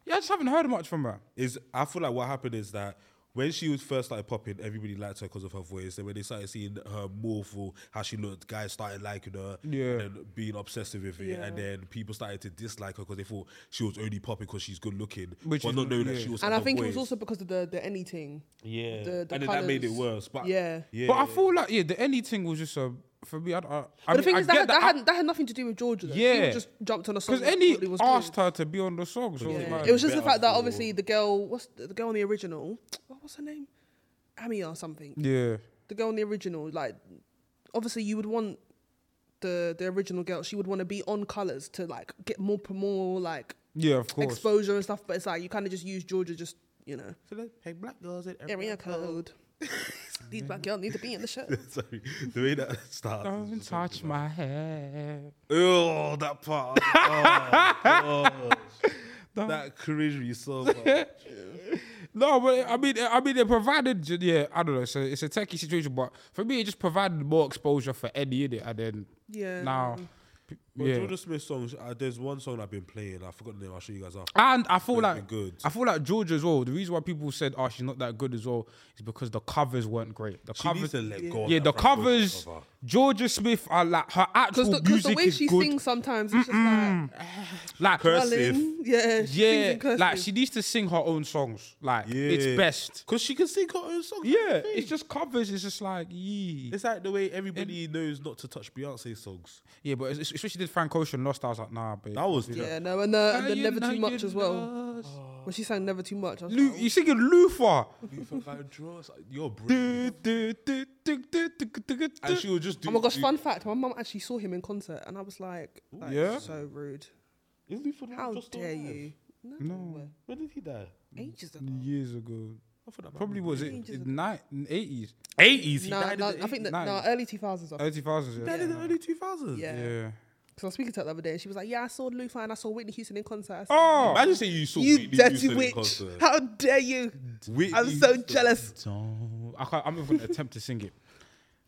Speaker 2: yeah, I just haven't heard much from her.
Speaker 4: Is I feel like what happened is that when she was first started popping, everybody liked her because of her voice. And when they started seeing her more for how she looked, guys started liking her
Speaker 2: Yeah.
Speaker 4: and then being obsessive with it. And
Speaker 3: Yeah.
Speaker 4: then people started to dislike her because they thought she was only popping because she's good looking,
Speaker 2: Which
Speaker 4: but
Speaker 2: is
Speaker 4: not
Speaker 2: not-
Speaker 4: knowing
Speaker 2: yeah.
Speaker 4: that she was.
Speaker 3: And I think it was also because of the the any thing. the-
Speaker 4: yeah,
Speaker 3: the
Speaker 4: and then that made it
Speaker 3: colours.
Speaker 4: worse. But
Speaker 3: Yeah.
Speaker 4: yeah,
Speaker 2: but I feel like yeah, the anything was just a for me. I, I, I
Speaker 3: But the
Speaker 2: mean,
Speaker 3: thing
Speaker 2: I
Speaker 3: is, that,
Speaker 2: get
Speaker 3: had, that, had that had nothing to do with Georgia. Though. Yeah,
Speaker 2: Yeah.
Speaker 3: she just jumped on a song.
Speaker 2: because
Speaker 3: that
Speaker 2: any
Speaker 3: probably was
Speaker 2: asked
Speaker 3: good.
Speaker 2: her to be on the song, so
Speaker 4: Yeah.
Speaker 2: like,
Speaker 3: It was just the
Speaker 4: Better
Speaker 3: fact that
Speaker 4: for-
Speaker 3: obviously the girl, what's the, the girl on the original? What was her name? Amy or something.
Speaker 2: yeah,
Speaker 3: the girl in the original, like obviously you would want the the original girl, she would want to be on colours to like get more pro- more like
Speaker 2: yeah, of course.
Speaker 3: exposure and stuff, but it's like you kinda just use Georgia just, you know,
Speaker 4: So let's pay black girls in
Speaker 3: area code. These black girls need to be in the show.
Speaker 4: Sorry, the way that starts. is
Speaker 2: Don't
Speaker 4: just-
Speaker 2: touch my hair.
Speaker 4: Oh, that part. Oh, gosh.
Speaker 2: Don't-
Speaker 4: that cringe me so much.
Speaker 2: No, but I mean, I mean, it provided. ju- Yeah, I don't know. So it's a techie situation, but for me, it just provided more exposure for Eddie in it, and then
Speaker 3: Yeah.
Speaker 2: now, p-
Speaker 4: But
Speaker 2: Yeah.
Speaker 4: Jordan Smith songs, uh, there's one song I've been playing. I forgot the name. I'll show you guys after.
Speaker 2: And I feel
Speaker 4: It's
Speaker 2: like
Speaker 4: been good.
Speaker 2: I feel like Georgia as well. The reason why people said, "Oh, she's not that good" as well is because the covers weren't great. The
Speaker 4: She
Speaker 2: covers,
Speaker 4: needs to let go. of
Speaker 2: yeah,
Speaker 4: that
Speaker 2: the
Speaker 4: Frank Ocean
Speaker 2: covers.
Speaker 4: cover.
Speaker 2: Georgia Smith are like her actual
Speaker 3: Because the, 'cause
Speaker 2: Oh, music
Speaker 3: the way
Speaker 2: is
Speaker 3: she
Speaker 2: good.
Speaker 3: sings sometimes, it's just like,
Speaker 2: like
Speaker 4: Cursive.
Speaker 3: darling, yeah, she
Speaker 2: yeah,
Speaker 3: sings in
Speaker 2: like
Speaker 3: cursive.
Speaker 2: she needs to sing her own songs. Like
Speaker 4: Yeah.
Speaker 2: it's best.
Speaker 4: Cause she can sing her own songs.
Speaker 2: Yeah,
Speaker 4: that's the
Speaker 2: it's
Speaker 4: thing.
Speaker 2: just covers. It's just like yee.
Speaker 4: it's like the way everybody knows not to touch Beyonce songs.
Speaker 2: yeah, but it's- especially did Frank Ocean lost. I was like, nah, babe.
Speaker 4: That was the
Speaker 3: yeah, no, and the,
Speaker 2: How
Speaker 3: and the
Speaker 2: you
Speaker 3: never
Speaker 2: know
Speaker 3: too
Speaker 2: you
Speaker 3: much as well.
Speaker 2: lost?
Speaker 3: When she sang never too much, I was
Speaker 2: Lu-
Speaker 3: like,
Speaker 2: you singing Luther.
Speaker 4: You're brilliant.
Speaker 2: Du- du- du- du- du- du- du- du-
Speaker 4: And she would just do.
Speaker 3: oh my gosh!
Speaker 4: do-
Speaker 3: Fun fact: my mum actually saw him in concert, and I was like, that is
Speaker 2: Yeah?
Speaker 3: so rude.
Speaker 4: Is Luther Vandross
Speaker 3: How
Speaker 4: still
Speaker 3: dare
Speaker 4: alive?
Speaker 3: you? No,
Speaker 4: When did he die?
Speaker 3: ages ago.
Speaker 2: Years ago.
Speaker 4: I thought that
Speaker 2: Probably was it
Speaker 3: Ages
Speaker 2: eighties,
Speaker 4: eighties. He
Speaker 3: No,
Speaker 4: died
Speaker 3: no,
Speaker 4: in the
Speaker 3: I think that
Speaker 2: 80s.
Speaker 3: no, early two thousands. Yeah,
Speaker 2: early thousands. Yeah.
Speaker 4: died in the early two thousands.
Speaker 3: because
Speaker 2: yeah.
Speaker 3: I was speaking to her the other day, and she was like, "Yeah, I saw Luther and I saw Whitney Houston in concert." I said,
Speaker 2: Oh,
Speaker 4: Imagine saying you saw
Speaker 3: you
Speaker 4: Whitney
Speaker 3: dirty
Speaker 4: Houston in
Speaker 3: witch!
Speaker 4: concert.
Speaker 3: How dare you?
Speaker 4: Whitney
Speaker 3: I'm so
Speaker 4: Houston.
Speaker 3: jealous.
Speaker 2: don't. I can't, I'm not going to attempt to sing it.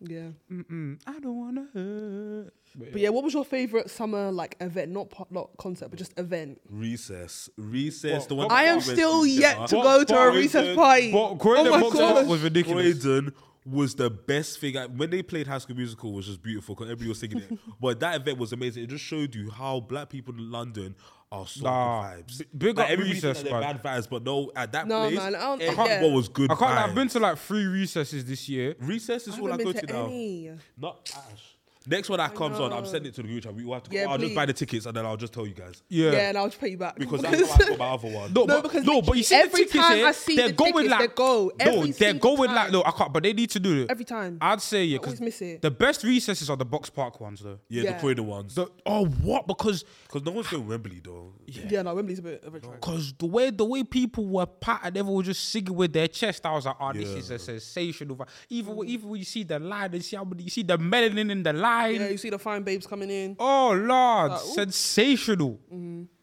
Speaker 3: Yeah,
Speaker 2: Mm-mm, I don't want to hurt.
Speaker 3: but yeah, what was your favorite summer like event? Not po- not concert, but just event.
Speaker 4: Recess, recess.
Speaker 2: What?
Speaker 4: The one
Speaker 2: I am
Speaker 4: that we went
Speaker 3: still
Speaker 4: to
Speaker 3: yet
Speaker 4: together.
Speaker 3: to go to a
Speaker 4: Croydon-
Speaker 3: recess party.
Speaker 2: But Croydon
Speaker 3: Oh my
Speaker 2: Box
Speaker 3: gosh.
Speaker 2: was ridiculous.
Speaker 4: Croydon was the best thing. I- When they played High School Musical, it was just beautiful because everybody was singing it. but that event was amazing. It just showed you how black people in London are so
Speaker 2: Nah,
Speaker 4: vibes.
Speaker 2: b- big up
Speaker 4: everybody thinks
Speaker 2: recess,
Speaker 4: that
Speaker 2: man.
Speaker 4: they're bad vibes, but no, at that
Speaker 3: No,
Speaker 4: place,
Speaker 3: man, I don't- I
Speaker 4: everyone
Speaker 3: can't-
Speaker 4: was good.
Speaker 2: I can't. lie, I've
Speaker 4: vibes.
Speaker 2: been to like three recesses this year.
Speaker 4: Recess is
Speaker 3: I
Speaker 4: all I
Speaker 3: haven't
Speaker 4: go
Speaker 3: been
Speaker 4: to,
Speaker 3: to
Speaker 4: now.
Speaker 3: any.
Speaker 4: Not Ash. Next one that comes on, I'm
Speaker 3: know.
Speaker 4: sending it to the group chat. We will have to.
Speaker 3: Yeah,
Speaker 4: go. I'll just buy
Speaker 3: please.
Speaker 4: the tickets and then I'll just tell you guys
Speaker 2: Yeah.
Speaker 3: Yeah, and I'll just pay you back
Speaker 4: because that's how I got my other one.
Speaker 2: No,
Speaker 3: No,
Speaker 2: but,
Speaker 3: because
Speaker 2: no, but you see
Speaker 3: every
Speaker 2: the tickets
Speaker 3: time
Speaker 2: here,
Speaker 3: I see
Speaker 2: they're
Speaker 3: the
Speaker 2: going
Speaker 3: tickets,
Speaker 2: like
Speaker 3: they go.
Speaker 2: no,
Speaker 3: Every
Speaker 2: they're
Speaker 3: single
Speaker 2: going like
Speaker 3: time.
Speaker 2: no, I can't. But they need to do it
Speaker 3: every time.
Speaker 2: I'd say yeah,
Speaker 3: I always
Speaker 2: because
Speaker 3: miss it.
Speaker 2: the best recesses are the box park ones though.
Speaker 4: yeah, the
Speaker 3: Yeah.
Speaker 4: Croydon ones.
Speaker 2: The, oh what? Because
Speaker 4: Because no one's going Wembley though.
Speaker 3: yeah. no, Wembley's a bit of a track.
Speaker 2: because the way the way people were patted, everyone was just singing with their chest. I was like, oh, this
Speaker 4: Yeah.
Speaker 2: is a sensational. vi- Even when- even when you see the line and see how many you see the melanin in the line.
Speaker 3: Yeah, you see the fine babes coming in.
Speaker 2: Oh lord,
Speaker 3: Like, ooh. Mm-hmm.
Speaker 2: sensational.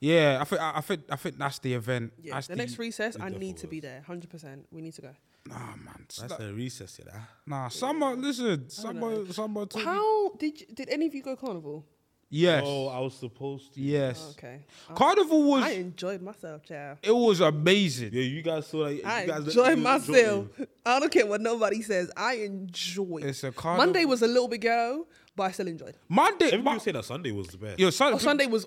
Speaker 2: Yeah, I think I, I think I think that's the event.
Speaker 3: Yeah,
Speaker 2: that's
Speaker 3: the next recess, I
Speaker 4: definitely
Speaker 3: need to be there. Hundred percent, we need to go.
Speaker 2: Nah, man. s-
Speaker 4: That's a recess, yeah. that.
Speaker 2: Nah, summer. Listen, summer, summer. took-
Speaker 3: How did you, did any of you go carnival?
Speaker 2: Yes.
Speaker 4: Oh, I was supposed to.
Speaker 2: Yes.
Speaker 3: Okay,
Speaker 2: Carnival was
Speaker 3: I enjoyed myself, child.
Speaker 2: it was amazing.
Speaker 4: Yeah, you guys saw like
Speaker 3: I
Speaker 4: you guys
Speaker 3: enjoy
Speaker 4: you
Speaker 3: myself. I don't care what nobody says. I enjoy.
Speaker 2: It's a carnival.
Speaker 3: Monday was a little bit ghetto, but I still enjoyed.
Speaker 2: Monday.
Speaker 4: Everybody
Speaker 2: Mon-
Speaker 4: said that Sunday was the best.
Speaker 2: yo, Sun-
Speaker 3: Oh, Sunday was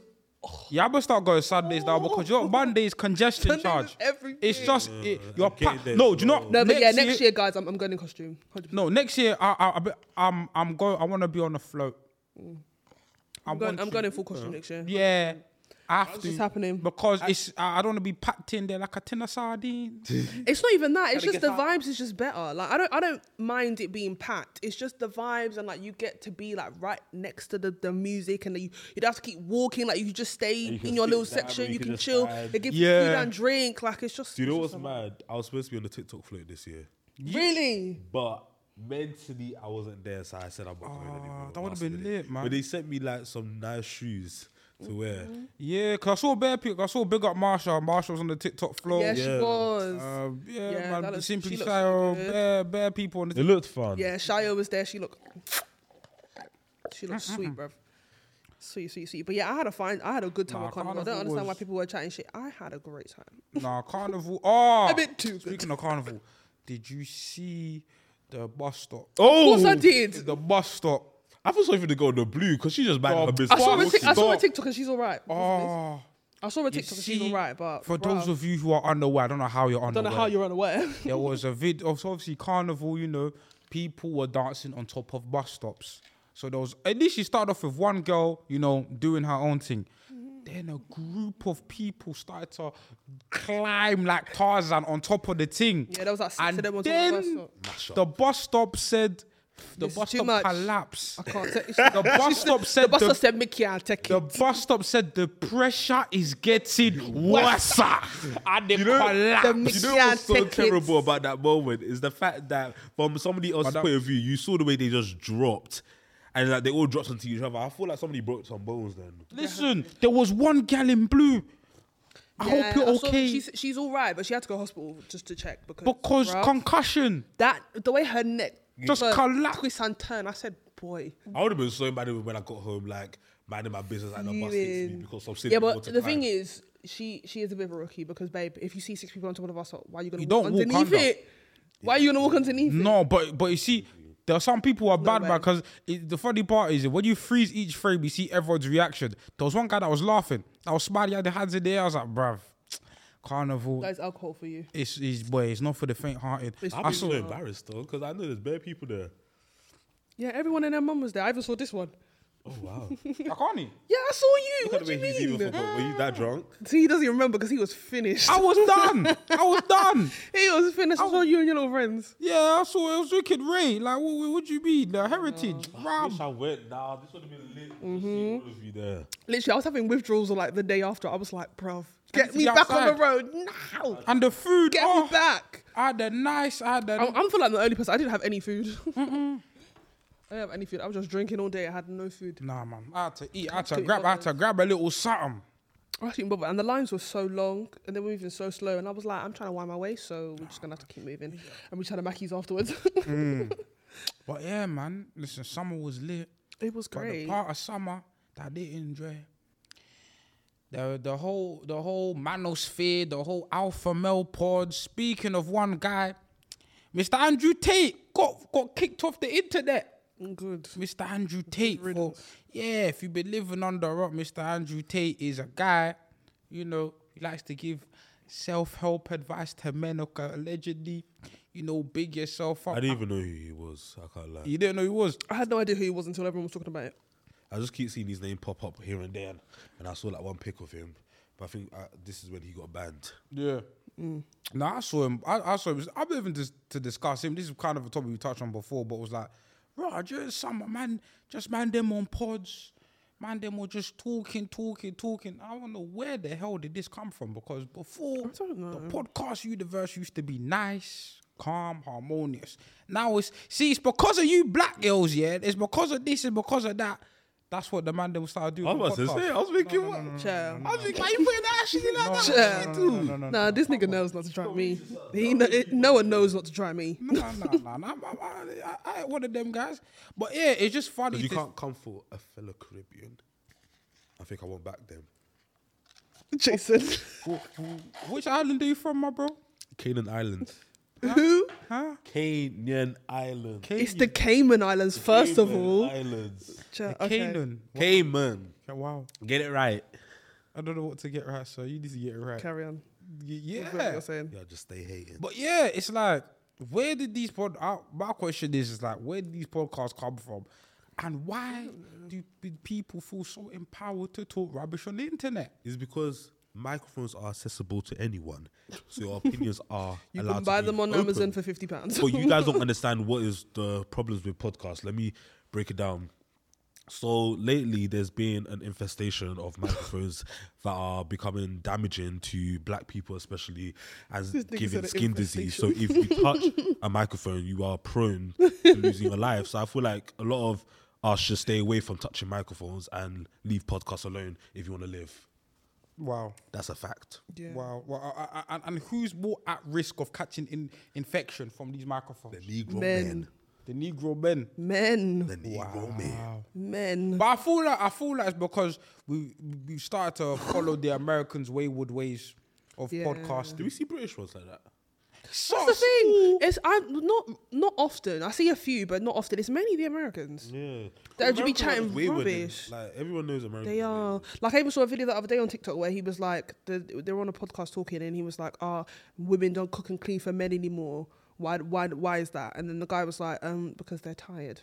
Speaker 2: yeah, I'm gonna start going Sundays now because you know Monday's congestion
Speaker 3: Sunday
Speaker 2: charge.
Speaker 3: was everything.
Speaker 2: It's just it, you're
Speaker 4: I'm getting
Speaker 2: pa-
Speaker 4: there
Speaker 2: no. Do you know?
Speaker 4: slow.
Speaker 3: no, but yeah, next year, guys, I'm, I'm going in costume. 100%.
Speaker 2: No, next year I I I be- I'm I'm going. I want to be on a float. I
Speaker 3: Mm. I'm going,
Speaker 2: want
Speaker 3: I'm
Speaker 2: to.
Speaker 3: going in full costume next year.
Speaker 2: Yeah. I have
Speaker 3: It's
Speaker 2: to
Speaker 3: happening.
Speaker 2: because it's I I don't want to be packed in there like a tin of sardine.
Speaker 3: It's not even that. It's
Speaker 4: Gotta
Speaker 3: just the
Speaker 4: get out.
Speaker 3: vibes is just better. Like I don't I don't mind it being packed. It's just the vibes and like you get to be like right next to the, the music and you you don't have to keep walking. Like you just stay
Speaker 4: you can
Speaker 3: in your
Speaker 4: sit
Speaker 3: little
Speaker 4: down and
Speaker 3: section.
Speaker 4: you
Speaker 3: You
Speaker 4: can
Speaker 3: can
Speaker 4: just
Speaker 3: chill.
Speaker 4: vibe.
Speaker 3: They give
Speaker 2: Yeah.
Speaker 3: food and drink. Like it's just.
Speaker 4: Do you know
Speaker 3: it's
Speaker 4: what's
Speaker 3: just
Speaker 4: mad? I was supposed to be on the TikTok float this year,
Speaker 3: a- Really?
Speaker 4: but mentally I wasn't there, so I said I'm not going anymore.
Speaker 2: that would've
Speaker 4: Last
Speaker 2: been
Speaker 4: minute.
Speaker 2: lit, man.
Speaker 4: But they sent me like some nice shoes to wear.
Speaker 2: yeah, cause I saw bare people. I saw big up Marsha. Marsha was on the TikTok float.
Speaker 3: Yeah, she
Speaker 4: Yeah.
Speaker 3: was.
Speaker 2: Oh, Um, yeah,
Speaker 3: Yeah,
Speaker 2: man.
Speaker 3: that
Speaker 2: but
Speaker 3: looks-
Speaker 2: simply
Speaker 3: she looks
Speaker 2: Shiro,
Speaker 3: so good.
Speaker 2: bare, bare people on the.
Speaker 4: It looked fun.
Speaker 3: yeah, Shia was there. She looked. She looked sweet, bruv. Sweet, sweet, sweet. But yeah, I had a fine. I had a good time
Speaker 2: Nah,
Speaker 3: at carnival. I don't
Speaker 2: Carnival
Speaker 3: understand why
Speaker 2: was-
Speaker 3: people were chatting shit. I had a great time.
Speaker 2: Nah, carnival. Oh,
Speaker 3: A bit too
Speaker 2: Speaking of carnival, did you see the bus stop?
Speaker 3: Of
Speaker 4: Oh,
Speaker 3: course I did.
Speaker 2: The bus stop.
Speaker 4: I feel sorry for the girl in the blue because she just minding
Speaker 2: Oh, I
Speaker 4: her
Speaker 3: I
Speaker 4: business.
Speaker 3: saw, her
Speaker 2: Fuck.
Speaker 3: tic- I saw her
Speaker 2: Stop.
Speaker 3: TikTok and she's all right.
Speaker 2: Oh,
Speaker 3: I saw her
Speaker 2: you
Speaker 3: TikTok and she's
Speaker 2: see,
Speaker 3: all right, but
Speaker 2: for
Speaker 3: bruv.
Speaker 2: those of you who are unaware, I don't know how you're
Speaker 3: I
Speaker 2: unaware.
Speaker 3: don't know how you're unaware.
Speaker 2: there was a vid of so obviously carnival, you know, people were dancing on top of bus stops. So there was initially started off with one girl, you know, doing her own thing. Then a group of people started to climb like Tarzan on top of the thing.
Speaker 3: Yeah, there was like six
Speaker 2: and
Speaker 3: of them on top of the
Speaker 2: then
Speaker 3: bus stop.
Speaker 2: the bus stop said the
Speaker 3: This is
Speaker 2: bus
Speaker 3: too
Speaker 2: stop
Speaker 3: much.
Speaker 2: collapsed.
Speaker 3: I can't take
Speaker 2: The bus stop
Speaker 3: The
Speaker 2: said
Speaker 3: bus
Speaker 2: the,
Speaker 3: stop said, Mickey, I'll take
Speaker 2: the
Speaker 3: it.
Speaker 2: bus stop said the pressure is getting worse, and it collapsed.
Speaker 3: the
Speaker 4: you know
Speaker 3: Yeah,
Speaker 4: what's so
Speaker 3: take it.
Speaker 4: terrible about that moment is the fact that from somebody else's
Speaker 2: Madam-
Speaker 4: point of view, you saw the way they just dropped, and like they all dropped onto each other. I feel like somebody broke some bones then.
Speaker 2: Listen, there was one gal in blue. I hope
Speaker 3: I
Speaker 2: you're
Speaker 3: saw-
Speaker 2: okay.
Speaker 3: She's, she's all right, but she had to go to hospital just to check because,
Speaker 2: because
Speaker 3: bruv,
Speaker 2: concussion.
Speaker 3: that the way her neck
Speaker 2: Just
Speaker 3: her
Speaker 2: collapsed.
Speaker 3: twist and turn. I said, boy,
Speaker 4: I would have been so mad when I got home. Like minding my business and the bus hits me
Speaker 3: Fuming.
Speaker 4: because I'm sitting
Speaker 3: Yeah, but the thing is, she she is a bit of a rookie because, babe, if you see six people on top of a bus, why are you gonna
Speaker 2: You
Speaker 3: walk
Speaker 2: don't walk
Speaker 3: underneath
Speaker 2: under.
Speaker 3: it? Why are you gonna walk underneath it?
Speaker 2: No, but but you see, there are some people who are bad
Speaker 3: way.
Speaker 2: because it, the funny part is when you freeze each frame, you see everyone's reaction. There was one guy that was laughing, I was smiling, he had the hands in the air. I was like, bruv, carnival.
Speaker 3: That is alcohol for you.
Speaker 2: it's, it's boy, it's not for the faint-hearted.
Speaker 3: It's
Speaker 2: I
Speaker 4: I'm
Speaker 2: saw,
Speaker 4: so embarrassed though because I know there's bare people there.
Speaker 3: Yeah, everyone and their mum was there. I even saw this one.
Speaker 4: Oh wow!
Speaker 2: I can't. even-
Speaker 3: Yeah, I saw you.
Speaker 4: Look
Speaker 3: what do
Speaker 4: at the
Speaker 3: you
Speaker 4: way he's even
Speaker 3: mean?
Speaker 4: forgot. Were you that drunk?
Speaker 3: See, he doesn't even remember because he was finished.
Speaker 2: I was done. I was done.
Speaker 3: he was finished. I saw you and your little friends.
Speaker 2: Yeah, I saw it was wicked Ray. Like, what, what, what do you mean? The heritage,
Speaker 4: I
Speaker 2: Ram.
Speaker 4: wish I went now. This would have been lit.
Speaker 3: Mm-hmm.
Speaker 4: to see all of you there.
Speaker 3: Literally, I was having withdrawals like the day after. I was like,
Speaker 2: need
Speaker 3: bruv, get
Speaker 2: to
Speaker 3: me
Speaker 2: be
Speaker 3: back on
Speaker 2: outside.
Speaker 3: the road now.
Speaker 2: And the food.
Speaker 3: Get
Speaker 2: oh,
Speaker 3: me back.
Speaker 2: I had a nice. I had a.
Speaker 3: I'm, I'm feeling like the only person. I didn't have any food. I didn't have any food. I was just drinking all day. I had no food.
Speaker 2: nah, man. I had to eat. I had to
Speaker 3: Take
Speaker 2: grab. I had to grab a little something.
Speaker 3: I was eating bubble, and the lines were so long, and they were moving so slow. And I was like, I'm trying to wind my way, so we're just gonna have to keep moving. And we just had a Mackey's afterwards.
Speaker 4: Mm.
Speaker 2: But yeah, man. Listen, summer was lit.
Speaker 3: it was
Speaker 2: But the
Speaker 3: great.
Speaker 2: part of summer that I did enjoy, the the whole the whole manosphere, the whole alpha male pod. Speaking of one guy, Mr. Andrew Tate got got kicked off the internet.
Speaker 3: Mm, Good.
Speaker 2: Mr. Andrew Tate. For, yeah, if you've been living under a rock, Mr. Andrew Tate is a guy, you know, he likes to give self help advice to men, okay, allegedly, you know, big yourself
Speaker 4: I
Speaker 2: up.
Speaker 4: didn't even know who he was. I can't lie.
Speaker 2: You didn't know he was.
Speaker 3: I had no idea who he was until everyone was talking about it.
Speaker 4: I just keep seeing his name pop up here and there, and I saw like one pic of him. But I think uh, this is when he got banned.
Speaker 2: Yeah. No, I saw him. I, I saw him. I'm even just to discuss him. This is kind of a topic we touched on before, but it was like, bro, during summer, man, just man them on pods. Man, them were just talking, talking, talking. I don't know where the hell did this come from because before
Speaker 3: don't know.
Speaker 2: the podcast universe used to be nice, calm, harmonious. Now it's see, it's because of you black girls, yeah. It's because of this, it's because of that. That's what the man them started doing.
Speaker 4: I
Speaker 2: with
Speaker 4: was about to
Speaker 2: podcasts.
Speaker 4: say, I was thinking, what?
Speaker 3: Child.
Speaker 4: I was thinking, why you putting that shit in like that?
Speaker 3: Child.
Speaker 4: What you do?
Speaker 3: Nah, this nigga knows not to try me. He kn- it- no one knows not to try me.
Speaker 2: no, no, no, no. I'm- I'm- I, I, I, one of them guys. But yeah, it's just funny.
Speaker 4: Because you
Speaker 2: to-
Speaker 4: can't come for a fellow Caribbean. I think I won't back them.
Speaker 3: Jason,
Speaker 2: Which island are you from, my bro?
Speaker 4: Canaan Island.
Speaker 3: who?
Speaker 2: Huh?
Speaker 4: Canaan Island.
Speaker 3: It's the Cayman Islands, first of
Speaker 4: Cayman
Speaker 3: all.
Speaker 4: Islands.
Speaker 3: Child, okay.
Speaker 2: Canaan.
Speaker 4: Cayman.
Speaker 2: Okay, wow.
Speaker 4: Get it right.
Speaker 2: I don't know what to get right, so you need to get it right.
Speaker 3: Carry on.
Speaker 2: Y-
Speaker 3: Whatever
Speaker 2: yeah.
Speaker 3: you're saying.
Speaker 4: Y'all just stay hating.
Speaker 2: But yeah, it's like, where did these pod? I, my question is, is like, where did these podcasts come from, and why do p- people feel so empowered to talk rubbish on the internet?
Speaker 4: It's because microphones are accessible to anyone, so your opinions are
Speaker 3: You
Speaker 4: allowed
Speaker 3: can buy
Speaker 4: to be
Speaker 3: them on
Speaker 4: open.
Speaker 3: Amazon for fifty pounds.
Speaker 4: but you guys don't understand what is the problems with podcasts. Let me break it down. So lately, there's been an infestation of microphones that are becoming damaging to black people, especially as
Speaker 3: nigga said
Speaker 4: giving
Speaker 3: an
Speaker 4: skin disease. So if you touch a microphone, you are prone to losing your life. So I feel like a lot of us should stay away from touching microphones and leave podcasts alone if you want to live.
Speaker 2: Wow.
Speaker 4: That's a fact.
Speaker 3: Yeah.
Speaker 2: Wow. Wow. I- I- I- and who's more at risk of catching in, infection from these microphones?
Speaker 4: The Negro
Speaker 3: Men.
Speaker 4: men.
Speaker 2: The Negro men.
Speaker 3: Men,
Speaker 4: The Negro men.
Speaker 3: men.
Speaker 2: But I feel like I feel like it's because we we started to follow the Americans' wayward ways of
Speaker 3: Yeah.
Speaker 4: Do
Speaker 2: podcasting.
Speaker 4: we see British ones like that?
Speaker 2: So
Speaker 3: That's the thing. It's I not not often. I see a few, but not often. It's mainly the Americans.
Speaker 4: Yeah.
Speaker 3: They would be
Speaker 4: America
Speaker 3: chatting
Speaker 4: is wayward and,
Speaker 3: rubbish.
Speaker 4: Like everyone knows America.
Speaker 3: They are like I even saw a video the other day on TikTok where he was like the, they were on a podcast talking and he was like, "Ah, women don't cook and clean for men anymore. Why? Why? Why is that?" And then the guy was like, "Um, because they're tired."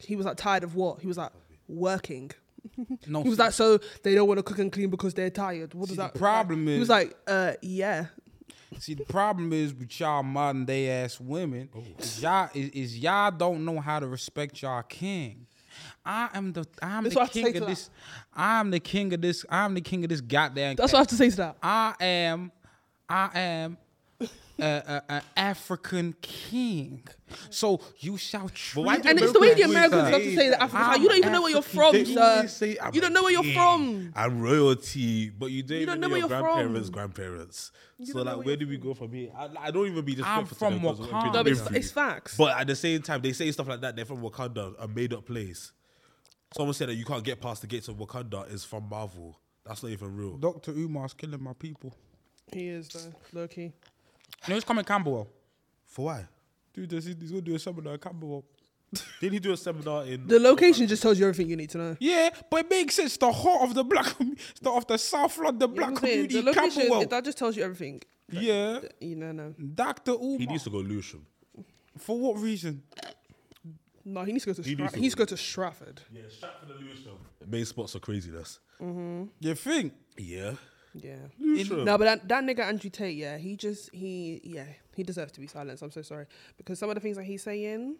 Speaker 3: He was like, "Tired of what?" He was like, "Working."
Speaker 2: no,
Speaker 3: He was like, "So they don't want to cook and clean because they're tired." What
Speaker 2: see,
Speaker 3: does
Speaker 2: the
Speaker 3: that?
Speaker 2: problem
Speaker 3: He
Speaker 2: is
Speaker 3: was like, "Uh, yeah."
Speaker 2: see the problem is with y'all modern day ass women
Speaker 3: Oh.
Speaker 2: is y'all is, is y'all don't know how to respect y'all king. I am the I'm
Speaker 3: That's
Speaker 2: the
Speaker 3: what I have to say
Speaker 2: king
Speaker 3: to
Speaker 2: of
Speaker 3: that.
Speaker 2: this. I'm the king of this. I'm the king of this goddamn.
Speaker 3: That's what I have to say to that.
Speaker 2: I am, I am an African king. So you shall treat.
Speaker 4: why do
Speaker 3: And it's the way the
Speaker 4: Americans
Speaker 3: Americans love to say
Speaker 4: say
Speaker 3: that
Speaker 4: that
Speaker 3: Africans like, you don't even know where you're from, sir. You don't know where you're from.
Speaker 4: I'm royalty, but you don't
Speaker 3: You don't
Speaker 4: even know
Speaker 3: know
Speaker 4: your
Speaker 3: where you're
Speaker 4: grandparents'
Speaker 3: from.
Speaker 4: grandparents. so
Speaker 3: don't know
Speaker 4: like,
Speaker 3: where
Speaker 4: where do we go from here? I, I don't even be
Speaker 2: I'm
Speaker 4: disrespectful
Speaker 2: from
Speaker 4: to them 'cause of what
Speaker 2: Wakanda.
Speaker 3: No,
Speaker 4: they've
Speaker 3: but
Speaker 4: been
Speaker 3: it's,
Speaker 4: through.
Speaker 3: it's facts.
Speaker 4: But at the same time, they say stuff like that. They're from Wakanda, a made up place. Someone said that you can't get past the gates of Wakanda is from Marvel. That's not even real.
Speaker 2: Doctor Umar's killing my people.
Speaker 3: He is though, low key.
Speaker 2: You know who's coming? Campbell.
Speaker 4: For why?
Speaker 2: Dude, this- he's gonna do a seminar. at Campbell.
Speaker 4: Didn't he do a seminar in?
Speaker 3: The location just tells you everything you need to know.
Speaker 2: Yeah, but it makes sense. The heart of the black, com- the of the South London black community,
Speaker 3: the location
Speaker 2: Camberwell.
Speaker 3: that just tells you everything.
Speaker 2: yeah,
Speaker 3: You know, no,
Speaker 2: Doctor Umar.
Speaker 4: he needs to go Lewisham.
Speaker 2: For what reason?
Speaker 3: no. He needs to go to.
Speaker 4: He
Speaker 3: He,
Speaker 4: needs to
Speaker 3: he needs to go to Stratford.
Speaker 4: Yeah, strap for the Lewisham. Main spots are craziness.
Speaker 2: You think?
Speaker 4: Yeah.
Speaker 3: Yeah.
Speaker 4: Lewisham.
Speaker 3: No, but that, that nigga Andrew Tate, yeah, he just he yeah he deserves to be silenced. I'm so sorry because some of the things that he's saying,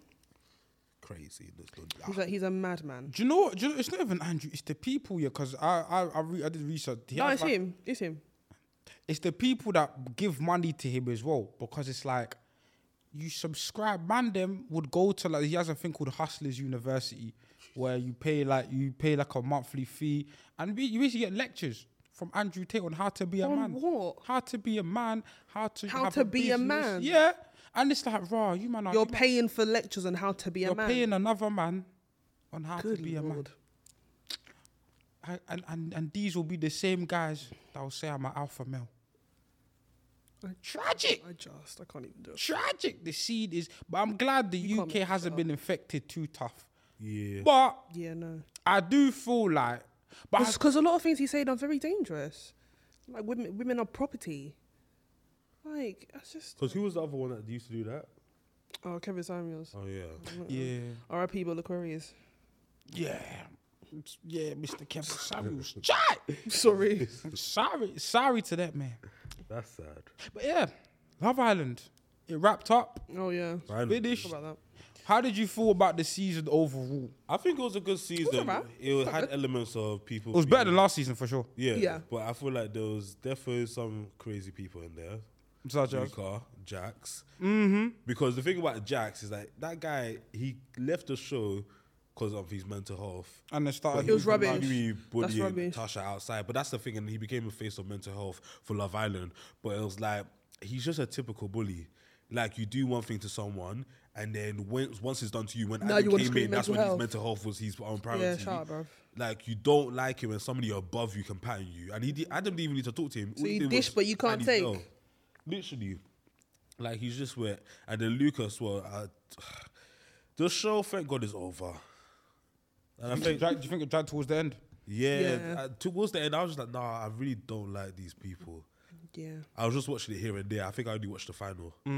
Speaker 4: Crazy. There's no-
Speaker 3: he's like he's a madman.
Speaker 2: Do you know what? Do you know, it's not even Andrew. It's the people here, because I I I, re- I did research. He
Speaker 3: No,
Speaker 2: has,
Speaker 3: it's
Speaker 2: like-
Speaker 3: him. It's him.
Speaker 2: It's the people that give money to him as well, because it's like you subscribe. Man, them would go to like he has a thing called Hustlers University, where you pay like you pay like a monthly fee, and we, you basically get lectures from Andrew Tate on how to be a
Speaker 3: On
Speaker 2: man,
Speaker 3: what?
Speaker 2: how to be a man, how to
Speaker 3: How
Speaker 2: have
Speaker 3: to be a
Speaker 2: business.
Speaker 3: man.
Speaker 2: Yeah, and it's like, raw, you man, are,
Speaker 3: You're
Speaker 2: you man-
Speaker 3: paying for lectures on how to be
Speaker 2: you're
Speaker 3: a man.
Speaker 2: paying another man on how
Speaker 3: Good
Speaker 2: to be a man.
Speaker 3: lord.
Speaker 2: I, and, and and these will be the same guys that will say I'm an alpha male. Tragic,
Speaker 3: I just I can't even do it.
Speaker 2: tragic. The seed is, but I'm glad the
Speaker 3: You can't
Speaker 2: UK
Speaker 3: make
Speaker 2: hasn't been infected too tough.
Speaker 4: Yeah.
Speaker 2: But
Speaker 3: Yeah, no.
Speaker 2: I do feel like, but I-
Speaker 3: Because a lot of things he said are very dangerous. Like women, women are property. Like that's just
Speaker 4: Because who was the other one that used to do that?
Speaker 3: oh Kevin Samuels,
Speaker 4: Oh yeah.
Speaker 2: yeah,
Speaker 3: R.I.P. Bill Aquarius.
Speaker 2: yeah, It's- yeah, Mr. Kevin Samuels, Chai!
Speaker 3: Sorry.
Speaker 2: I'm sorry, sorry to that man.
Speaker 4: That's sad.
Speaker 2: But yeah, Love Island, it wrapped up,
Speaker 3: oh yeah. Talk
Speaker 4: I-
Speaker 2: finished.
Speaker 3: about that.
Speaker 2: How did you feel about the season overall?
Speaker 4: I think it was a good season.
Speaker 3: alright.
Speaker 4: It, had elements of people.
Speaker 2: It was better than
Speaker 4: being-
Speaker 2: last season for sure.
Speaker 4: Yeah,
Speaker 3: Yeah.
Speaker 4: But I feel like there was definitely some crazy people in there.
Speaker 2: Such as
Speaker 4: Luca, Jax. Mm-hmm. Because the thing about Jax is like that guy, he left the show because of his mental health.
Speaker 2: and it started.
Speaker 4: But
Speaker 3: was rubbish.
Speaker 4: continually
Speaker 3: That's
Speaker 4: bullying
Speaker 3: rubbish.
Speaker 4: Tasha outside, but that's the thing, and he became a face of mental health for Love Island. But it was like he's just a typical bully. Like you do one thing to someone, and then when, once it's done to you, when
Speaker 3: Now
Speaker 4: Adam
Speaker 3: you wanna
Speaker 4: came
Speaker 3: scream
Speaker 4: in, that's
Speaker 3: mental
Speaker 4: when his
Speaker 3: health.
Speaker 4: mental health was his own priority.
Speaker 3: shut up, bruv.
Speaker 4: Like you don't like it when somebody above you can pattern you, and he di- Adam didn't even need to talk to him. All he
Speaker 3: you
Speaker 4: did
Speaker 3: dish,
Speaker 4: was
Speaker 3: but you can't
Speaker 4: pat his
Speaker 3: take.
Speaker 4: girl. Literally, like he's just wet. And then Lucas, well, I, the show, thank God, is over. And I
Speaker 2: Do you
Speaker 4: think
Speaker 2: drag- do you think it dragged towards the end?
Speaker 4: yeah,
Speaker 3: Yeah.
Speaker 4: uh, towards the end, I was just like, nah, I really don't like these people.
Speaker 3: Yeah,
Speaker 4: I was just watching it here and there. I think I only watched the final.
Speaker 3: yeah,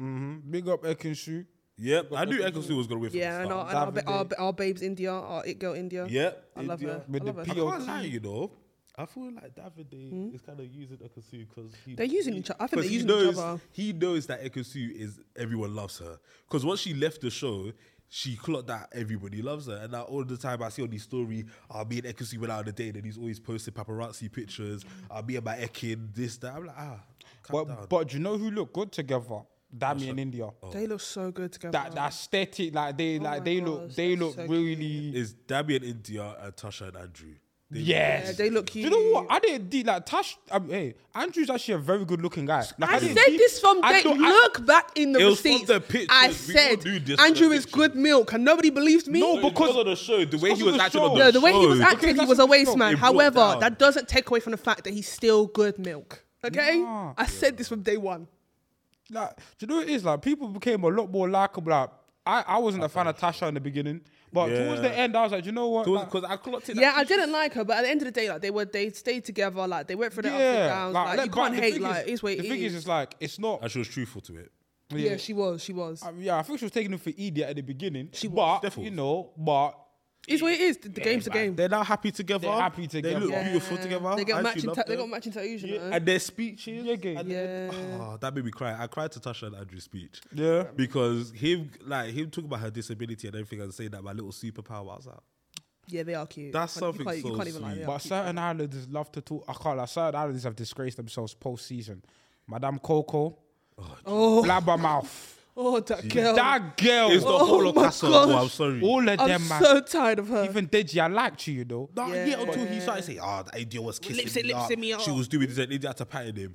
Speaker 2: Mm-hmm. Big up Ekinsu.
Speaker 4: Yep, I knew Eccleston was gonna win. For
Speaker 3: yeah.
Speaker 4: the
Speaker 3: And our,
Speaker 4: start.
Speaker 3: and our, ba-
Speaker 2: Davide.
Speaker 3: our, ba- our babes India, our it girl India.
Speaker 4: Yep,
Speaker 3: I love
Speaker 4: India.
Speaker 3: her.
Speaker 2: With
Speaker 3: I
Speaker 2: the
Speaker 3: love her.
Speaker 4: I
Speaker 2: P.O.
Speaker 4: can't lie, you know. Hmm? I feel like Davide is kind of using Ekansu because
Speaker 3: They're using each other. I think they're using
Speaker 4: knows,
Speaker 3: each other.
Speaker 4: He knows that Ekansu is everyone loves her because once she left the show, she clocked that everybody loves her. And now all the time I see on his story, I'll be in Ekansu went out on the date and he's always posting paparazzi pictures. "Ah, I'll be about Ekin, this, that. I'm like, ah, calm down.
Speaker 2: But but do you know who look good together? Dami and India.
Speaker 3: They look so good together.
Speaker 2: That that aesthetic, like they like
Speaker 3: Oh my
Speaker 2: they look
Speaker 3: gosh,
Speaker 2: they
Speaker 3: that's
Speaker 2: look
Speaker 3: so
Speaker 2: really
Speaker 4: is Dami and India and Tasha and Andrew. They-
Speaker 2: yes.
Speaker 3: yeah, they look
Speaker 2: do
Speaker 3: cute.
Speaker 2: you know what? I didn't de- like Tash. Um, hey, Andrew's actually a very good looking guy. Like,
Speaker 3: I,
Speaker 2: didn't
Speaker 3: said
Speaker 2: de-
Speaker 3: this from
Speaker 2: I
Speaker 3: day.
Speaker 2: don't- I-
Speaker 3: Look back in the
Speaker 4: It was from
Speaker 3: receipts.
Speaker 4: the pictures.
Speaker 3: I
Speaker 4: We all
Speaker 3: said
Speaker 4: knew this from
Speaker 3: Andrew
Speaker 4: the
Speaker 3: is good milk, and nobody believed me.
Speaker 2: No,
Speaker 4: Because,
Speaker 2: Because-
Speaker 4: of the show, the way
Speaker 2: because
Speaker 4: he
Speaker 2: of
Speaker 4: was
Speaker 2: the
Speaker 4: acting
Speaker 2: show.
Speaker 4: on the
Speaker 2: No,
Speaker 3: the way he was
Speaker 4: show.
Speaker 2: Okay,
Speaker 3: acting, he
Speaker 2: that's
Speaker 3: was a
Speaker 2: what we
Speaker 3: waste
Speaker 2: thought.
Speaker 4: It
Speaker 3: man.
Speaker 4: broke
Speaker 3: However,
Speaker 4: down.
Speaker 3: that doesn't take away from the fact that he's still good milk. Okay,
Speaker 2: Nah.
Speaker 3: I said this from day one.
Speaker 2: Like, do you know what it is? Like, people became a lot more likable. Like, I, I wasn't a fan of Tasha in the beginning, but towards the
Speaker 4: Yeah.
Speaker 2: end, I was like, you know what? Like,
Speaker 4: Because I clocked it.
Speaker 3: Yeah, I didn't like her, but at the end of the day, like they were, they stayed together. Like they went through their ups and downs. Like,
Speaker 2: like,
Speaker 3: you
Speaker 2: but
Speaker 3: can't
Speaker 2: the
Speaker 3: hate.
Speaker 2: thing
Speaker 3: Like
Speaker 2: is,
Speaker 3: it's what it
Speaker 2: the thing is,
Speaker 3: is.
Speaker 2: it's like it's not.
Speaker 4: And she was truthful to it.
Speaker 3: Yeah, she was. She was.
Speaker 2: I- yeah, I think she was taking him for idiot at the beginning. She but you
Speaker 4: Definitely.
Speaker 2: know, but
Speaker 3: It's what it is. The the game's a game.
Speaker 4: They're now happy together.
Speaker 2: They're happy
Speaker 4: They
Speaker 2: together.
Speaker 4: look
Speaker 2: Yeah.
Speaker 4: beautiful together.
Speaker 3: They
Speaker 4: I
Speaker 3: got
Speaker 4: actually
Speaker 3: matching.
Speaker 4: love
Speaker 3: Ta- they
Speaker 4: them.
Speaker 3: got matching tattoos. You
Speaker 4: Yeah.
Speaker 3: know.
Speaker 4: And their speeches.
Speaker 2: Yeah, gay.
Speaker 4: and then- oh, that made me cry. I cried to Tasha and Andrew's speech.
Speaker 2: Yeah.
Speaker 4: Because him, like him, talking about her disability and everything, and saying that my little superpower. I was like,
Speaker 3: Yeah, they are cute.
Speaker 4: That's
Speaker 3: You can't-
Speaker 4: something
Speaker 3: you can't,
Speaker 4: so
Speaker 3: you can't even lie.
Speaker 4: sweet.
Speaker 3: They are
Speaker 2: but
Speaker 3: cute.
Speaker 2: certain islanders love to talk. I can't. Like, certain islanders have disgraced themselves post season. Madame Coco,
Speaker 3: Oh,
Speaker 2: Blabbermouth,
Speaker 3: oh, that girl.
Speaker 2: that girl,
Speaker 4: it's the
Speaker 3: Oh
Speaker 4: whole of
Speaker 3: my
Speaker 4: Castle. Oh, I'm
Speaker 3: gosh.
Speaker 4: sorry.
Speaker 2: all of
Speaker 3: I'm
Speaker 2: them, man.
Speaker 3: so tired of her.
Speaker 2: Even Deji, I liked you, you know.
Speaker 4: Nah, yeah.
Speaker 3: Yeah.
Speaker 4: until he started saying, "Ah, the idea was kissing
Speaker 3: Lipsy-
Speaker 4: me up.
Speaker 3: lipsy me
Speaker 4: She
Speaker 3: up.
Speaker 4: was doing this, and India had to pattern him.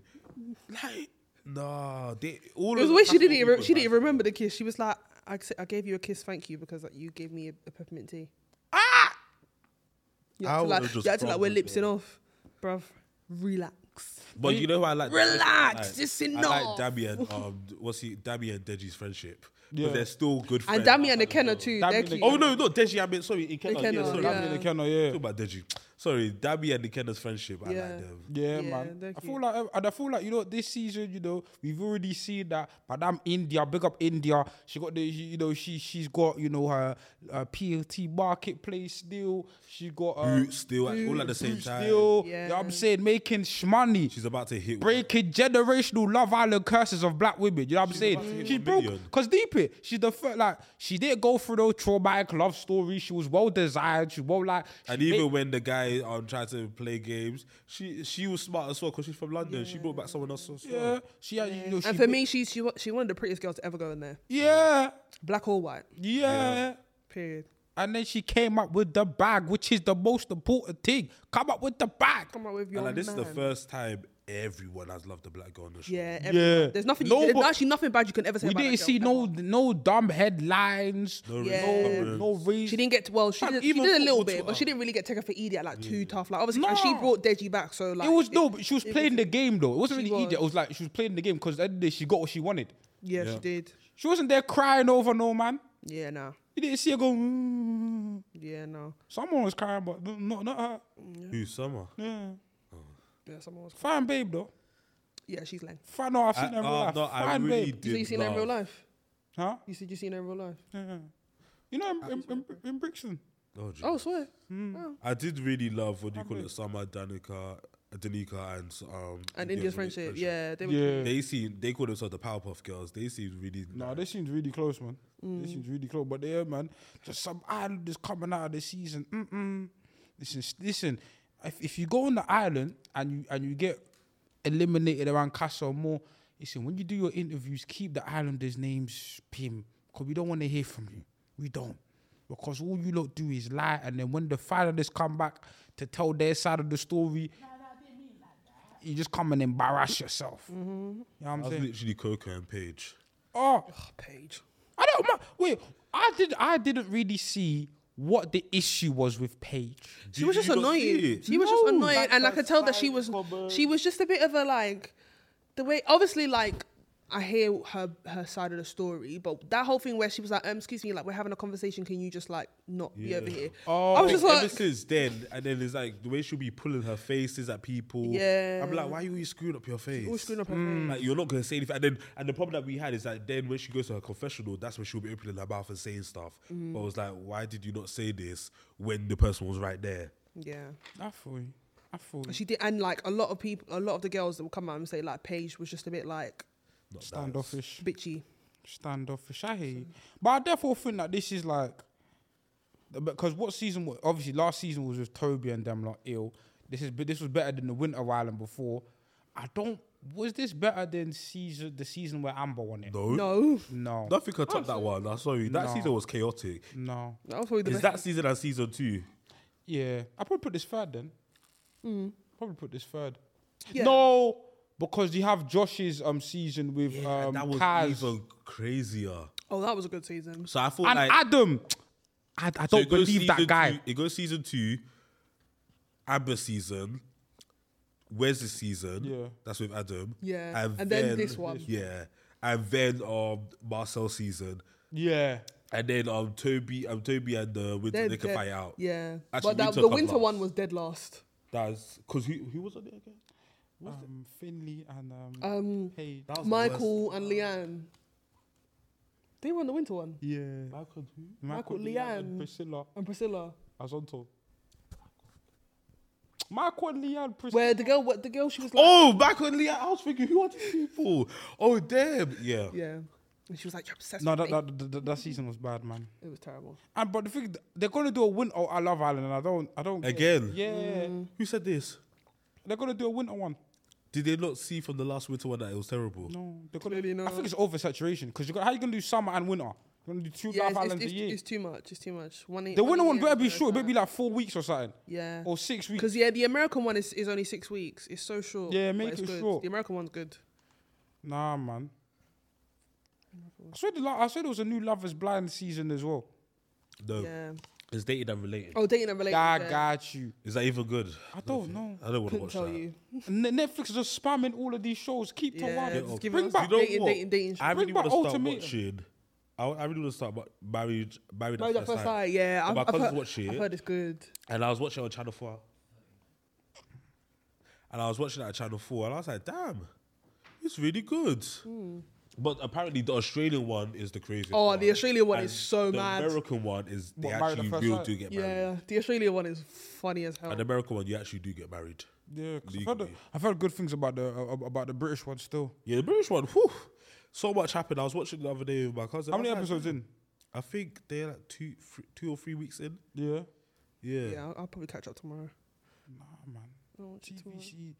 Speaker 4: Like, nah, they all.
Speaker 3: it was
Speaker 4: of
Speaker 3: the way she
Speaker 4: Castle
Speaker 3: didn't even
Speaker 4: Mm. people
Speaker 3: she didn't even
Speaker 4: were
Speaker 3: remember the kiss. She was like, I, accept- I gave you a kiss, thank you, because like, you gave me a, a peppermint tea. You have
Speaker 4: I
Speaker 3: to like,
Speaker 4: would've just
Speaker 3: you have to like we're
Speaker 4: crumbled,
Speaker 3: lipsing off, bruv. Relax.
Speaker 4: But you know what I like?
Speaker 3: Relax, it's
Speaker 4: I like, I
Speaker 3: enough.
Speaker 4: like Dami and um, what's he? Dami and Deji's friendship,
Speaker 2: Yeah.
Speaker 4: but they're still good
Speaker 3: And
Speaker 4: friends.
Speaker 3: Dami and Ikenna
Speaker 2: Dami
Speaker 3: too. They're
Speaker 2: and
Speaker 3: cute.
Speaker 4: Oh no, no Deji. I mean, sorry, Ikenna.
Speaker 3: Ikenna,
Speaker 4: yeah, sorry,
Speaker 3: yeah.
Speaker 4: I mean,
Speaker 2: Dami and Ikenna,
Speaker 4: Talk
Speaker 2: yeah.
Speaker 4: about Deji. Sorry, Dami and Ikenna's friendship. I
Speaker 3: Yeah.
Speaker 4: like them.
Speaker 2: Yeah,
Speaker 3: Yeah,
Speaker 2: man.
Speaker 3: they're
Speaker 2: I feel like, and I feel like you know, this season, you know, we've already seen that. Madame India, big up India. She got the, you know, she she's got you know her uh, PLT marketplace deal. She got uh,
Speaker 4: Boot still, at- all at the same
Speaker 2: Boots
Speaker 4: time.
Speaker 2: deal. You know
Speaker 3: Yeah.
Speaker 2: what I'm saying making shmoney.
Speaker 4: She's about to hit. one.
Speaker 2: breaking generational Love Island curses of black women. You know what I'm saying? She
Speaker 4: a
Speaker 2: broke
Speaker 4: million.
Speaker 2: because deep it. She's the first like she didn't go through no traumatic love story. She was well designed. She well like
Speaker 4: And even when the guy um tried to play games, she she was smart as well because she's from London. She brought back someone else as well.
Speaker 2: yeah, she had, you know, she
Speaker 3: And for
Speaker 2: made-
Speaker 3: me, she's she, wa- she one of the prettiest girls to ever go in there.
Speaker 2: yeah,
Speaker 3: Black or white.
Speaker 2: yeah.
Speaker 3: Period.
Speaker 2: And then she came up with the bag, which is the most important thing. Come up with the bag.
Speaker 3: Come out with your
Speaker 4: And like, this is the
Speaker 3: man.
Speaker 4: first time everyone has loved a black girl on the show.
Speaker 3: Yeah,
Speaker 2: Yeah.
Speaker 3: yeah. There's nothing.
Speaker 2: No,
Speaker 3: No, there's
Speaker 2: but-
Speaker 3: actually nothing bad you can ever say.
Speaker 2: We
Speaker 3: about
Speaker 2: didn't
Speaker 3: that girl,
Speaker 2: see no
Speaker 3: ever.
Speaker 2: no dumb headlines. No,
Speaker 3: Yeah.
Speaker 2: no, no reason.
Speaker 3: She didn't get well. She
Speaker 4: Fam,
Speaker 3: did, she
Speaker 4: even
Speaker 3: did a little
Speaker 4: football
Speaker 3: bit, but
Speaker 4: Twitter.
Speaker 3: she didn't really get taken for idiot like too tough. Like obviously, and she
Speaker 2: No.
Speaker 3: brought Deji back, so like
Speaker 2: it was no, but she was
Speaker 3: it
Speaker 2: playing the game though. It wasn't
Speaker 3: She
Speaker 2: really idiot. It
Speaker 3: was.
Speaker 2: was like she was playing the game because at the end of the day she got what she wanted.
Speaker 3: Yeah,
Speaker 4: Yeah.
Speaker 3: she did.
Speaker 2: She wasn't there crying over no man.
Speaker 3: Yeah, no.
Speaker 2: You didn't see her go. "Mm."
Speaker 3: Yeah, no.
Speaker 2: Someone was crying, but no- not not her.
Speaker 4: Who summer?
Speaker 2: Yeah,
Speaker 3: Yeah, someone was.
Speaker 2: fine babe though.
Speaker 3: Yeah, she's lame.
Speaker 2: Fine, no, I've
Speaker 4: I,
Speaker 2: seen her in real
Speaker 4: oh,
Speaker 2: life.
Speaker 4: no, I
Speaker 2: fine
Speaker 4: really
Speaker 2: babe,
Speaker 4: did.
Speaker 3: so you seen her in real
Speaker 4: love-
Speaker 3: life?
Speaker 2: huh?
Speaker 3: You said you seen her in real life?
Speaker 2: Yeah. You know, in, in, in, in Brixton.
Speaker 4: Oh, gee.
Speaker 3: Oh, swear.
Speaker 4: I did really love what do you call it, Summer, Danica, Danica, and um
Speaker 3: And India's
Speaker 4: India's
Speaker 3: friendship. Yeah, they were.
Speaker 2: Yeah.
Speaker 4: They seem they call themselves the Powerpuff Girls. They seem really
Speaker 2: No, this seems really close, man. This seems really close. But yeah, man, just some island is coming out of the season. Mm-mm. Listen, s- listen. If, if you go on the island and you and you get eliminated around Castle more, listen. When you do your interviews, keep the islanders' names pim, because we don't want to hear from you. We don't. Because all you lot do is lie, and then when the finalists come back to tell their side of the story, you just come and embarrass yourself. You know what
Speaker 4: I
Speaker 2: I'm
Speaker 4: was
Speaker 2: saying?
Speaker 4: literally Coco and Paige.
Speaker 2: Oh,
Speaker 3: Oh, Paige.
Speaker 2: I don't mind. Wait, I did. I didn't really see what the issue was with Paige.
Speaker 3: She was just annoying. She
Speaker 2: No.
Speaker 3: was just annoying, and I
Speaker 2: Like
Speaker 3: could
Speaker 2: a
Speaker 3: tell that she was
Speaker 2: psychopath.
Speaker 3: she was just a bit of a like the way obviously like I hear her her side of the story, but that whole thing where she was like, um, excuse me, like we're having a conversation, can you just like not be over here?
Speaker 2: Oh.
Speaker 3: I was just
Speaker 4: Ever
Speaker 3: like,
Speaker 4: since then, and then it's like the way she'll be pulling her faces at people.
Speaker 3: Yeah.
Speaker 4: I'm like, why are you screwing up your face? Mm.
Speaker 3: all screwing up her
Speaker 4: Like you're not gonna say anything. And then and the problem that we had is that then when she goes to her confessional, that's when she'll be opening her mouth and saying stuff.
Speaker 3: Mm.
Speaker 4: But I was like, why did you not say this when the person was right there?
Speaker 3: face. Yeah,
Speaker 2: I feel you. I feel you.
Speaker 3: she did, and like a lot of people, a lot of the girls that will come out and say like Paige was just a bit like
Speaker 4: Not nice.
Speaker 2: standoffish.
Speaker 3: bitchy.
Speaker 2: Standoffish. I hear you. But I definitely think that this is like because what season? wa- Obviously, last season was with Toby and them lot ill. This is but this was better than the Winter Island before. I don't. Was this better than season the season where Amber won it?
Speaker 4: No.
Speaker 3: No,
Speaker 2: No. No.
Speaker 4: Nothing could
Speaker 3: Oh,
Speaker 4: top that one. I'm sorry. That
Speaker 2: No.
Speaker 4: season was chaotic.
Speaker 3: Mm. that was probably the best.
Speaker 4: Is that season and season two?
Speaker 2: Yeah. I probably put this third then. Probably put this third.
Speaker 3: Hmm. Yeah.
Speaker 2: No, because you have Josh's um season with um
Speaker 4: that was
Speaker 2: Kaz
Speaker 4: even crazier.
Speaker 3: oh, that was a good season.
Speaker 4: So I thought
Speaker 2: and
Speaker 4: like
Speaker 2: Adam. I, I
Speaker 4: so
Speaker 2: don't
Speaker 4: it goes
Speaker 2: believe that
Speaker 4: season
Speaker 2: guy.
Speaker 4: Two, it goes season two, Amber season. Where's the season?
Speaker 2: Yeah.
Speaker 4: that's with Adam.
Speaker 3: Yeah. And then this one.
Speaker 4: Yeah, and then um Marcel season,
Speaker 2: Yeah.
Speaker 4: and then um Toby, um Toby and uh, Winter
Speaker 3: They're
Speaker 4: they can
Speaker 3: dead-
Speaker 4: fight out.
Speaker 3: Yeah,
Speaker 4: Actually,
Speaker 3: but that,
Speaker 4: Winter
Speaker 3: the
Speaker 4: come
Speaker 3: winter
Speaker 4: last.
Speaker 3: one was dead last.
Speaker 4: That's because who who was on there again?
Speaker 2: Um, Finley and um,
Speaker 3: Um,
Speaker 2: Paige.
Speaker 4: That was the
Speaker 3: Michael and Leanne. They were on the winter one.
Speaker 2: yeah.
Speaker 4: worst. Michael who?
Speaker 3: Michael
Speaker 2: and
Speaker 3: Leanne.
Speaker 2: Priscilla
Speaker 3: And Priscilla.
Speaker 2: Azonto. Michael and Leanne Priscilla.
Speaker 3: Where the girl what the girl she was like
Speaker 4: Oh, Michael and Leah. I was thinking, who are these people? Oh, damn. Yeah.
Speaker 3: Yeah. And she was like, You're obsessed
Speaker 2: no, that,
Speaker 3: with me.
Speaker 2: that, that, that, that season was bad, man.
Speaker 3: It was terrible.
Speaker 2: And but the thing, they're gonna do a winter. I love Island, and I don't, I don't. get-
Speaker 4: Again?
Speaker 2: yeah,
Speaker 3: Hmm.
Speaker 4: Who said this?
Speaker 2: they're gonna do a winter one.
Speaker 4: Did they not see from the last winter one that it was terrible?
Speaker 2: No, they're gonna.
Speaker 3: Clearly
Speaker 2: I
Speaker 3: not.
Speaker 2: think it's oversaturation because you got how you gonna do summer and winter? You're gonna do two
Speaker 3: Yeah,
Speaker 2: Love
Speaker 3: it's, it's,
Speaker 2: Islands a
Speaker 3: it's,
Speaker 2: year.
Speaker 3: it's too much. It's too much. One
Speaker 2: the winter
Speaker 3: year
Speaker 2: one
Speaker 3: is
Speaker 2: better be
Speaker 3: so
Speaker 2: short. It better be
Speaker 3: bad.
Speaker 2: like Oh, four weeks or something,
Speaker 3: Yeah.
Speaker 2: or six weeks.
Speaker 3: Because yeah, the American one is, is only six weeks. It's so short.
Speaker 2: Yeah,
Speaker 3: but
Speaker 2: make
Speaker 3: it's
Speaker 2: it
Speaker 3: good.
Speaker 2: short.
Speaker 3: The American one's good.
Speaker 2: Nah, man. I said, I said there was a new Love Is Blind season as well.
Speaker 4: No.
Speaker 3: Yeah.
Speaker 4: It's dated and related.
Speaker 3: Oh, dating and
Speaker 2: I
Speaker 3: relationship.
Speaker 2: got you.
Speaker 4: Is that even good?
Speaker 2: I don't know.
Speaker 4: I don't want to
Speaker 3: Couldn't
Speaker 4: watch
Speaker 3: tell
Speaker 4: that.
Speaker 3: you.
Speaker 2: N- Netflix is just spamming all of these shows. Keep to
Speaker 3: Yeah,
Speaker 2: one.
Speaker 3: just
Speaker 4: okay.
Speaker 3: giving
Speaker 2: Bring
Speaker 3: us
Speaker 2: back.
Speaker 4: You know
Speaker 3: dating,
Speaker 4: what?
Speaker 3: dating, dating.
Speaker 4: I really
Speaker 2: Bring back
Speaker 4: want to start
Speaker 2: Ultimatum.
Speaker 4: watching. I, I really want to start about married, married,
Speaker 3: Married
Speaker 4: at
Speaker 3: at first sight. Yeah,
Speaker 4: But
Speaker 3: I've,
Speaker 4: my
Speaker 3: I've,
Speaker 4: cousin's
Speaker 3: heard,
Speaker 4: watching
Speaker 3: I've
Speaker 4: it.
Speaker 3: heard it's good.
Speaker 4: And I was watching it on Channel 4. And I was watching it on Channel 4, and I was like, damn, it's really good. But apparently, the Australian one is the craziest.
Speaker 3: Hmm. Oh,
Speaker 4: one.
Speaker 3: the Australian one
Speaker 4: And
Speaker 3: is so
Speaker 4: the
Speaker 3: mad.
Speaker 4: American one is they
Speaker 2: What, Married at
Speaker 4: actually
Speaker 2: First
Speaker 4: real
Speaker 2: Sight?
Speaker 4: do get married.
Speaker 3: Yeah, the Australian one is funny as hell.
Speaker 4: And the American one, you actually do get married.
Speaker 2: Yeah, 'cause I've heard,
Speaker 4: Legally.
Speaker 2: I've heard good things about the uh, about the British one still.
Speaker 4: Yeah, the British one, whew, so much happened. I was watching the other day with my cousin.
Speaker 2: How
Speaker 4: I was
Speaker 2: many
Speaker 4: like,
Speaker 2: episodes in?
Speaker 4: I think they're like two, three, two or three weeks in.
Speaker 2: Yeah.
Speaker 4: Yeah.
Speaker 3: Yeah, I'll, I'll probably catch up tomorrow.
Speaker 2: Nah, Oh, man.
Speaker 3: I'll watch it tomorrow.
Speaker 2: TV she-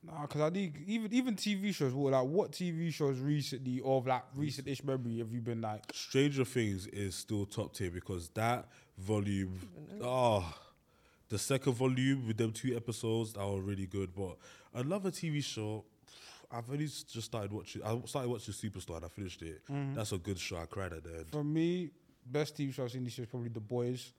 Speaker 2: Nah, because I think even even TV shows. Well, like what TV shows recently of like recent-ish memory have you been like?
Speaker 4: Stranger Things is still top tier because that volume, oh, the second volume with them two episodes that were really good. But another TV show, I've only s- just started watching. I started watching Superstar and I finished it.
Speaker 3: Mm-hmm.
Speaker 4: That's a good show. I cried at the end.
Speaker 2: For me, best TV show I've seen this year is probably The Boys.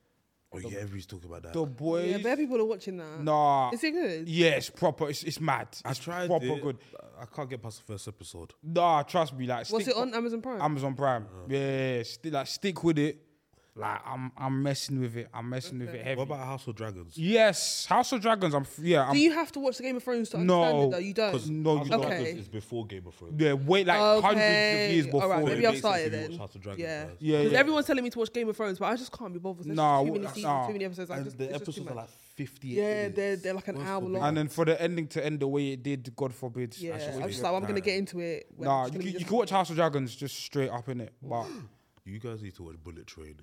Speaker 4: Oh yeah, everybody's talking about that.
Speaker 2: The Boys.
Speaker 3: Yeah, bare people are watching that.
Speaker 2: nah.
Speaker 3: Is it good?
Speaker 2: Yeah, it's proper. It's, it's mad.
Speaker 4: I
Speaker 2: It's
Speaker 4: tried
Speaker 2: proper
Speaker 4: it.
Speaker 2: good.
Speaker 4: I can't get past the first episode.
Speaker 2: Nah, trust me. Like,
Speaker 3: Was
Speaker 2: stick
Speaker 3: it on Amazon Prime?
Speaker 2: Amazon Prime.
Speaker 4: Uh-huh.
Speaker 2: Yeah, yeah, yeah. Stick- like stick with it. Like I'm, I'm messing with it. I'm messing with it heavy.
Speaker 4: What about House of Dragons?
Speaker 2: Yes, House of Dragons. I'm f- yeah. I'm,
Speaker 3: Do you have to watch the Game of Thrones to
Speaker 2: No,
Speaker 3: understand it though? You don't.
Speaker 4: 'Cause
Speaker 2: No,
Speaker 4: House
Speaker 2: you
Speaker 4: of
Speaker 2: don't.
Speaker 4: Dragons
Speaker 3: Okay.
Speaker 4: is before Game of Thrones.
Speaker 2: yeah, wait like hundreds of years before.
Speaker 3: Alright,
Speaker 4: So it
Speaker 3: maybe
Speaker 2: it.
Speaker 3: I'll
Speaker 4: makes
Speaker 3: start
Speaker 4: sense
Speaker 3: it
Speaker 4: if you watch
Speaker 3: then.
Speaker 4: House of Dragons
Speaker 3: Yeah.
Speaker 4: first.
Speaker 2: Yeah,
Speaker 3: Because
Speaker 2: yeah.
Speaker 3: everyone's telling me to watch Game of Thrones, but I just can't be bothered. There's
Speaker 2: Nah,
Speaker 3: just too many
Speaker 2: nah.
Speaker 3: seasons, too many episodes. I
Speaker 4: And
Speaker 3: just,
Speaker 4: the
Speaker 3: it's just too
Speaker 4: episodes are
Speaker 3: much.
Speaker 4: like 50
Speaker 3: Yeah, they're- they're like an hour long.
Speaker 2: And then for the ending to end the way it did, God forbid.
Speaker 3: yeah,
Speaker 2: that's
Speaker 3: I'm
Speaker 2: what
Speaker 3: just
Speaker 2: it-
Speaker 3: like, I'm
Speaker 4: Nah.
Speaker 3: gonna get into it. when
Speaker 2: nah, you,
Speaker 3: it's gonna
Speaker 2: can-
Speaker 3: be
Speaker 2: you
Speaker 3: just-
Speaker 2: can watch House of Dragons just straight up in it, but
Speaker 4: You guys need to watch Bullet Train.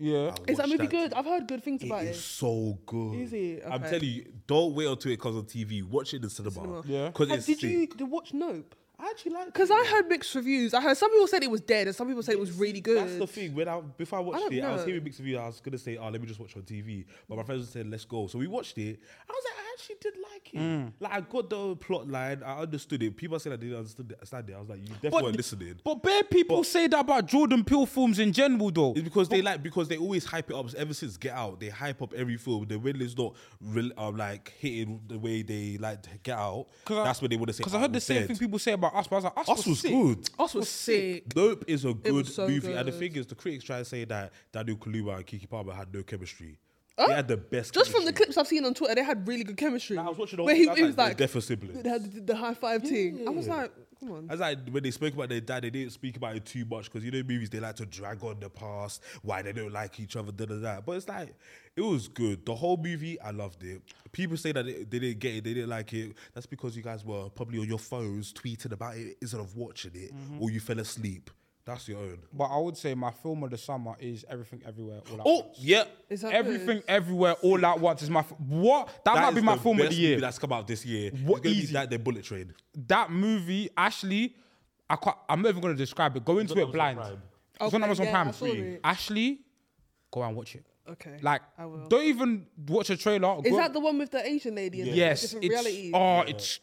Speaker 2: yeah,
Speaker 4: I
Speaker 3: Is that
Speaker 4: watched
Speaker 3: movie good? I've heard good things
Speaker 4: It
Speaker 3: about
Speaker 4: is
Speaker 3: it.
Speaker 4: so good.
Speaker 3: Is it?
Speaker 4: I'm
Speaker 3: Okay.
Speaker 4: telling you, don't wait until it comes on TV. Watch it in the cinema.
Speaker 3: Cinema.
Speaker 2: Yeah.
Speaker 4: Because
Speaker 3: Have-
Speaker 4: it's
Speaker 3: Did you
Speaker 4: sick.
Speaker 3: did you watch Nope?
Speaker 4: I actually like
Speaker 3: Because I heard mixed reviews. I heard some people said it was dead, and some people said it was really good.
Speaker 4: That's the thing. When I before I watched
Speaker 3: don't
Speaker 4: it, I was
Speaker 3: know.
Speaker 4: hearing mixed reviews. I was gonna say, "Oh, let me just watch on TV," but my friends said, "Let's go." So we watched it. I was like, "I actually did like it. Like I got the plot line. I understood it. People said I didn't understand it. Understand it. I was like, "You definitely weren't listening."
Speaker 2: But bare people say that about Jordan Peele films in general, though.
Speaker 4: It's because they like because they always hype it up. Ever since Get Out, they hype up every film. The when it's not real, um, like hitting the way they like to Get Out,
Speaker 2: 'Cause I-
Speaker 4: that's when they want to say.
Speaker 2: Because I heard
Speaker 4: "Ah,
Speaker 2: the
Speaker 4: we're
Speaker 2: same
Speaker 4: dead."
Speaker 2: thing people say about us, but I was like, us,
Speaker 4: Us was
Speaker 2: sick.
Speaker 4: good.
Speaker 3: Us was sick.
Speaker 4: Nope is a good
Speaker 3: was so
Speaker 4: movie, and the
Speaker 3: good.
Speaker 4: thing is, the critics try to say that Daniel Kaluuya and Kiki Palmer had no chemistry. They had the best.
Speaker 3: Just from the
Speaker 4: chemistry.
Speaker 3: clips I've seen on Twitter, they had really good chemistry.
Speaker 4: Nah, I was watching the
Speaker 3: where
Speaker 4: whole
Speaker 3: he,
Speaker 4: thing, I was
Speaker 3: he was
Speaker 4: like,
Speaker 3: like,
Speaker 4: they're definitely siblings.
Speaker 3: They had the, the high five thing. I was like, come on.
Speaker 4: As like when they spoke about their dad, they didn't speak about it too much because you know movies they like to drag on the past, why they don't like each other, da da da. But it's like it was good. The whole movie, I loved it. People say that they, they didn't get it, they didn't like it. That's because you guys were probably on your phones tweeting about it instead of watching it, or you fell asleep. That's your own.
Speaker 2: But I would say my film of the summer is Everything Everywhere All At
Speaker 4: Oh
Speaker 2: Once.
Speaker 4: yeah,
Speaker 3: Is that good?
Speaker 2: Everything Everywhere All At Once is my f- what? That, might
Speaker 4: is
Speaker 2: be my
Speaker 4: the
Speaker 2: film of the
Speaker 4: best
Speaker 2: year.
Speaker 4: movie that's come out this year.
Speaker 2: What-
Speaker 4: it's gonna be
Speaker 2: easy.
Speaker 4: that the Bullet Train.
Speaker 2: that movie, actually, I can't, I'm not even going to describe it. Go into
Speaker 4: on
Speaker 2: it
Speaker 4: Amazon
Speaker 2: blind.
Speaker 4: Prime.
Speaker 2: It's on
Speaker 3: Okay,
Speaker 2: Amazon
Speaker 3: yeah, I
Speaker 2: Prime.
Speaker 3: saw it.
Speaker 2: Ashley, go and watch it.
Speaker 3: Okay.
Speaker 2: Like,
Speaker 3: I will.
Speaker 2: don't even watch a trailer.
Speaker 3: Is
Speaker 2: go-
Speaker 3: that the one with the Asian lady? and the
Speaker 2: yes?
Speaker 3: Different
Speaker 2: It's
Speaker 3: realities.
Speaker 2: oh, it's